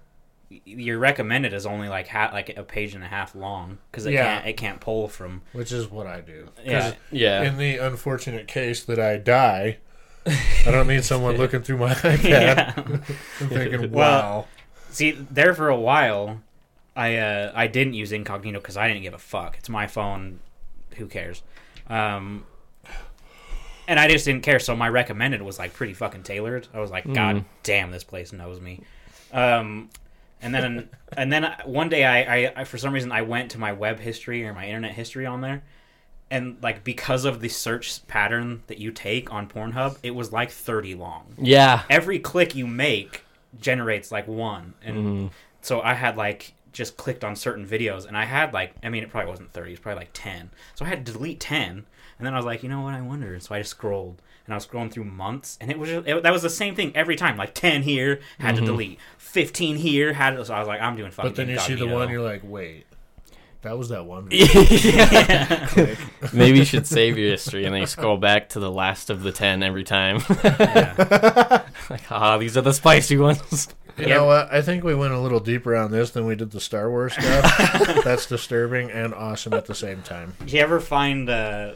Speaker 3: y- your recommended is only like ha- like a page and a half long because it
Speaker 1: Yeah.
Speaker 3: can't it can't pull from
Speaker 1: Which is what I do. 'Cause
Speaker 3: yeah.
Speaker 2: Yeah,
Speaker 1: in the unfortunate case that I die, I don't need someone looking through my iPad
Speaker 3: yeah.
Speaker 1: and thinking, wow.
Speaker 3: Well- See, there for a while, I uh, I didn't use incognito because I didn't give a fuck. It's my phone. Who cares? Um, and I just didn't care, so my recommended was like pretty fucking tailored. I was like, God damn, this place knows me. Um, and then and then one day I, I, I for some reason I went to my web history or my internet history on there, and like because of the search pattern that you take on Pornhub, it was like thirty long
Speaker 2: yeah.
Speaker 3: every click you make generates like one and
Speaker 1: Mm-hmm.
Speaker 3: so i had like just clicked on certain videos and i had like i mean it probably wasn't 30 it's probably like 10 so i had to delete 10 and then i was like you know what i wonder and so i just scrolled and i was scrolling through months and it was just, it, that was the same thing every time like 10 here had to delete 15 here had to so i was like i'm doing fucking
Speaker 1: Mm-hmm. But then you see the
Speaker 3: incognito.
Speaker 1: one, you're like, wait, that was that one.
Speaker 2: Maybe you should save your history and then you scroll back to the last of the ten every time. like, ah, these are the spicy ones.
Speaker 1: You know what? I think we went a little deeper on this than we did the Star Wars stuff. That's disturbing and awesome at the same time.
Speaker 3: Did you ever find uh,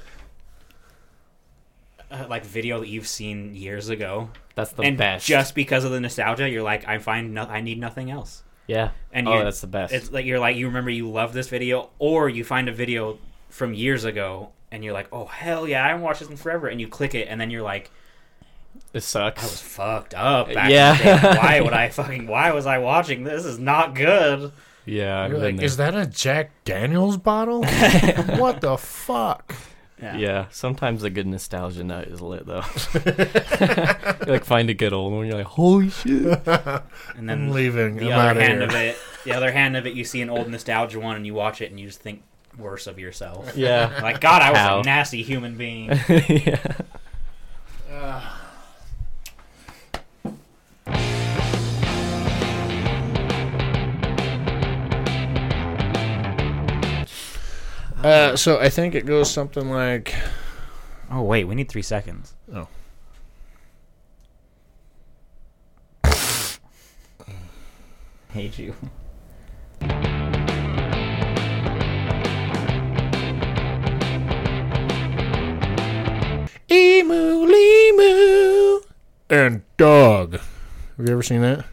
Speaker 3: uh like video that you've seen years ago
Speaker 2: That's the
Speaker 3: and
Speaker 2: best.
Speaker 3: just because of the nostalgia, you're like, I find no- I need nothing else.
Speaker 2: yeah.
Speaker 3: And
Speaker 2: oh,
Speaker 3: you-
Speaker 2: that's the best.
Speaker 3: It's like you're like you remember you love this video, or you find a video from years ago and you're like, oh hell yeah, I haven't watched this in forever, and you click it, and then you're like,
Speaker 2: it
Speaker 3: I was
Speaker 2: sucks.
Speaker 3: fucked up. Back
Speaker 2: Yeah.
Speaker 3: yeah. Why would I fucking? Why was I watching this? This is not good.
Speaker 2: Yeah. I've
Speaker 1: You're
Speaker 2: been
Speaker 1: like,
Speaker 2: there.
Speaker 1: is that a Jack Daniels bottle? what the fuck?
Speaker 2: Yeah, sometimes the good nostalgia nut is lit though. you like find a good old one, you're like, holy shit.
Speaker 3: And
Speaker 1: I'm
Speaker 3: then
Speaker 1: leaving.
Speaker 3: the
Speaker 1: I'm out
Speaker 3: other
Speaker 1: of
Speaker 3: hand
Speaker 1: here.
Speaker 3: of it, the other hand of it, you see an old nostalgia one, and you watch it, and you just think worse of yourself.
Speaker 2: Yeah.
Speaker 3: Like God, I was
Speaker 2: How?
Speaker 3: a nasty human being.
Speaker 2: yeah.
Speaker 1: Uh, so I think it goes something like,
Speaker 3: oh wait, we need three seconds. Hate you.
Speaker 1: emu, lemu, and dog. Have you ever seen that?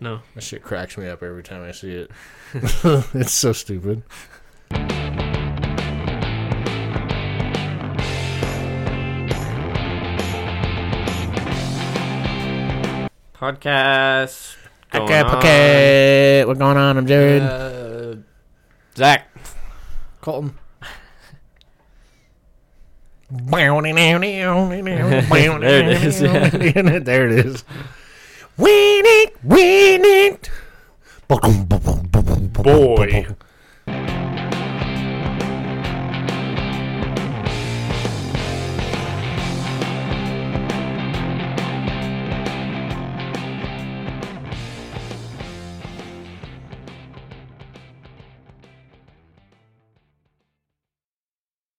Speaker 2: No.
Speaker 1: That shit cracks me up every time I see it. it's so stupid.
Speaker 2: Podcast. going
Speaker 1: okay, okay. What's going on? I'm Jared.
Speaker 2: on? Uh, Zach.
Speaker 1: Colton. there it
Speaker 2: is,
Speaker 1: Yeah. there it is. Win it, win it.
Speaker 2: Boy.
Speaker 1: Boy.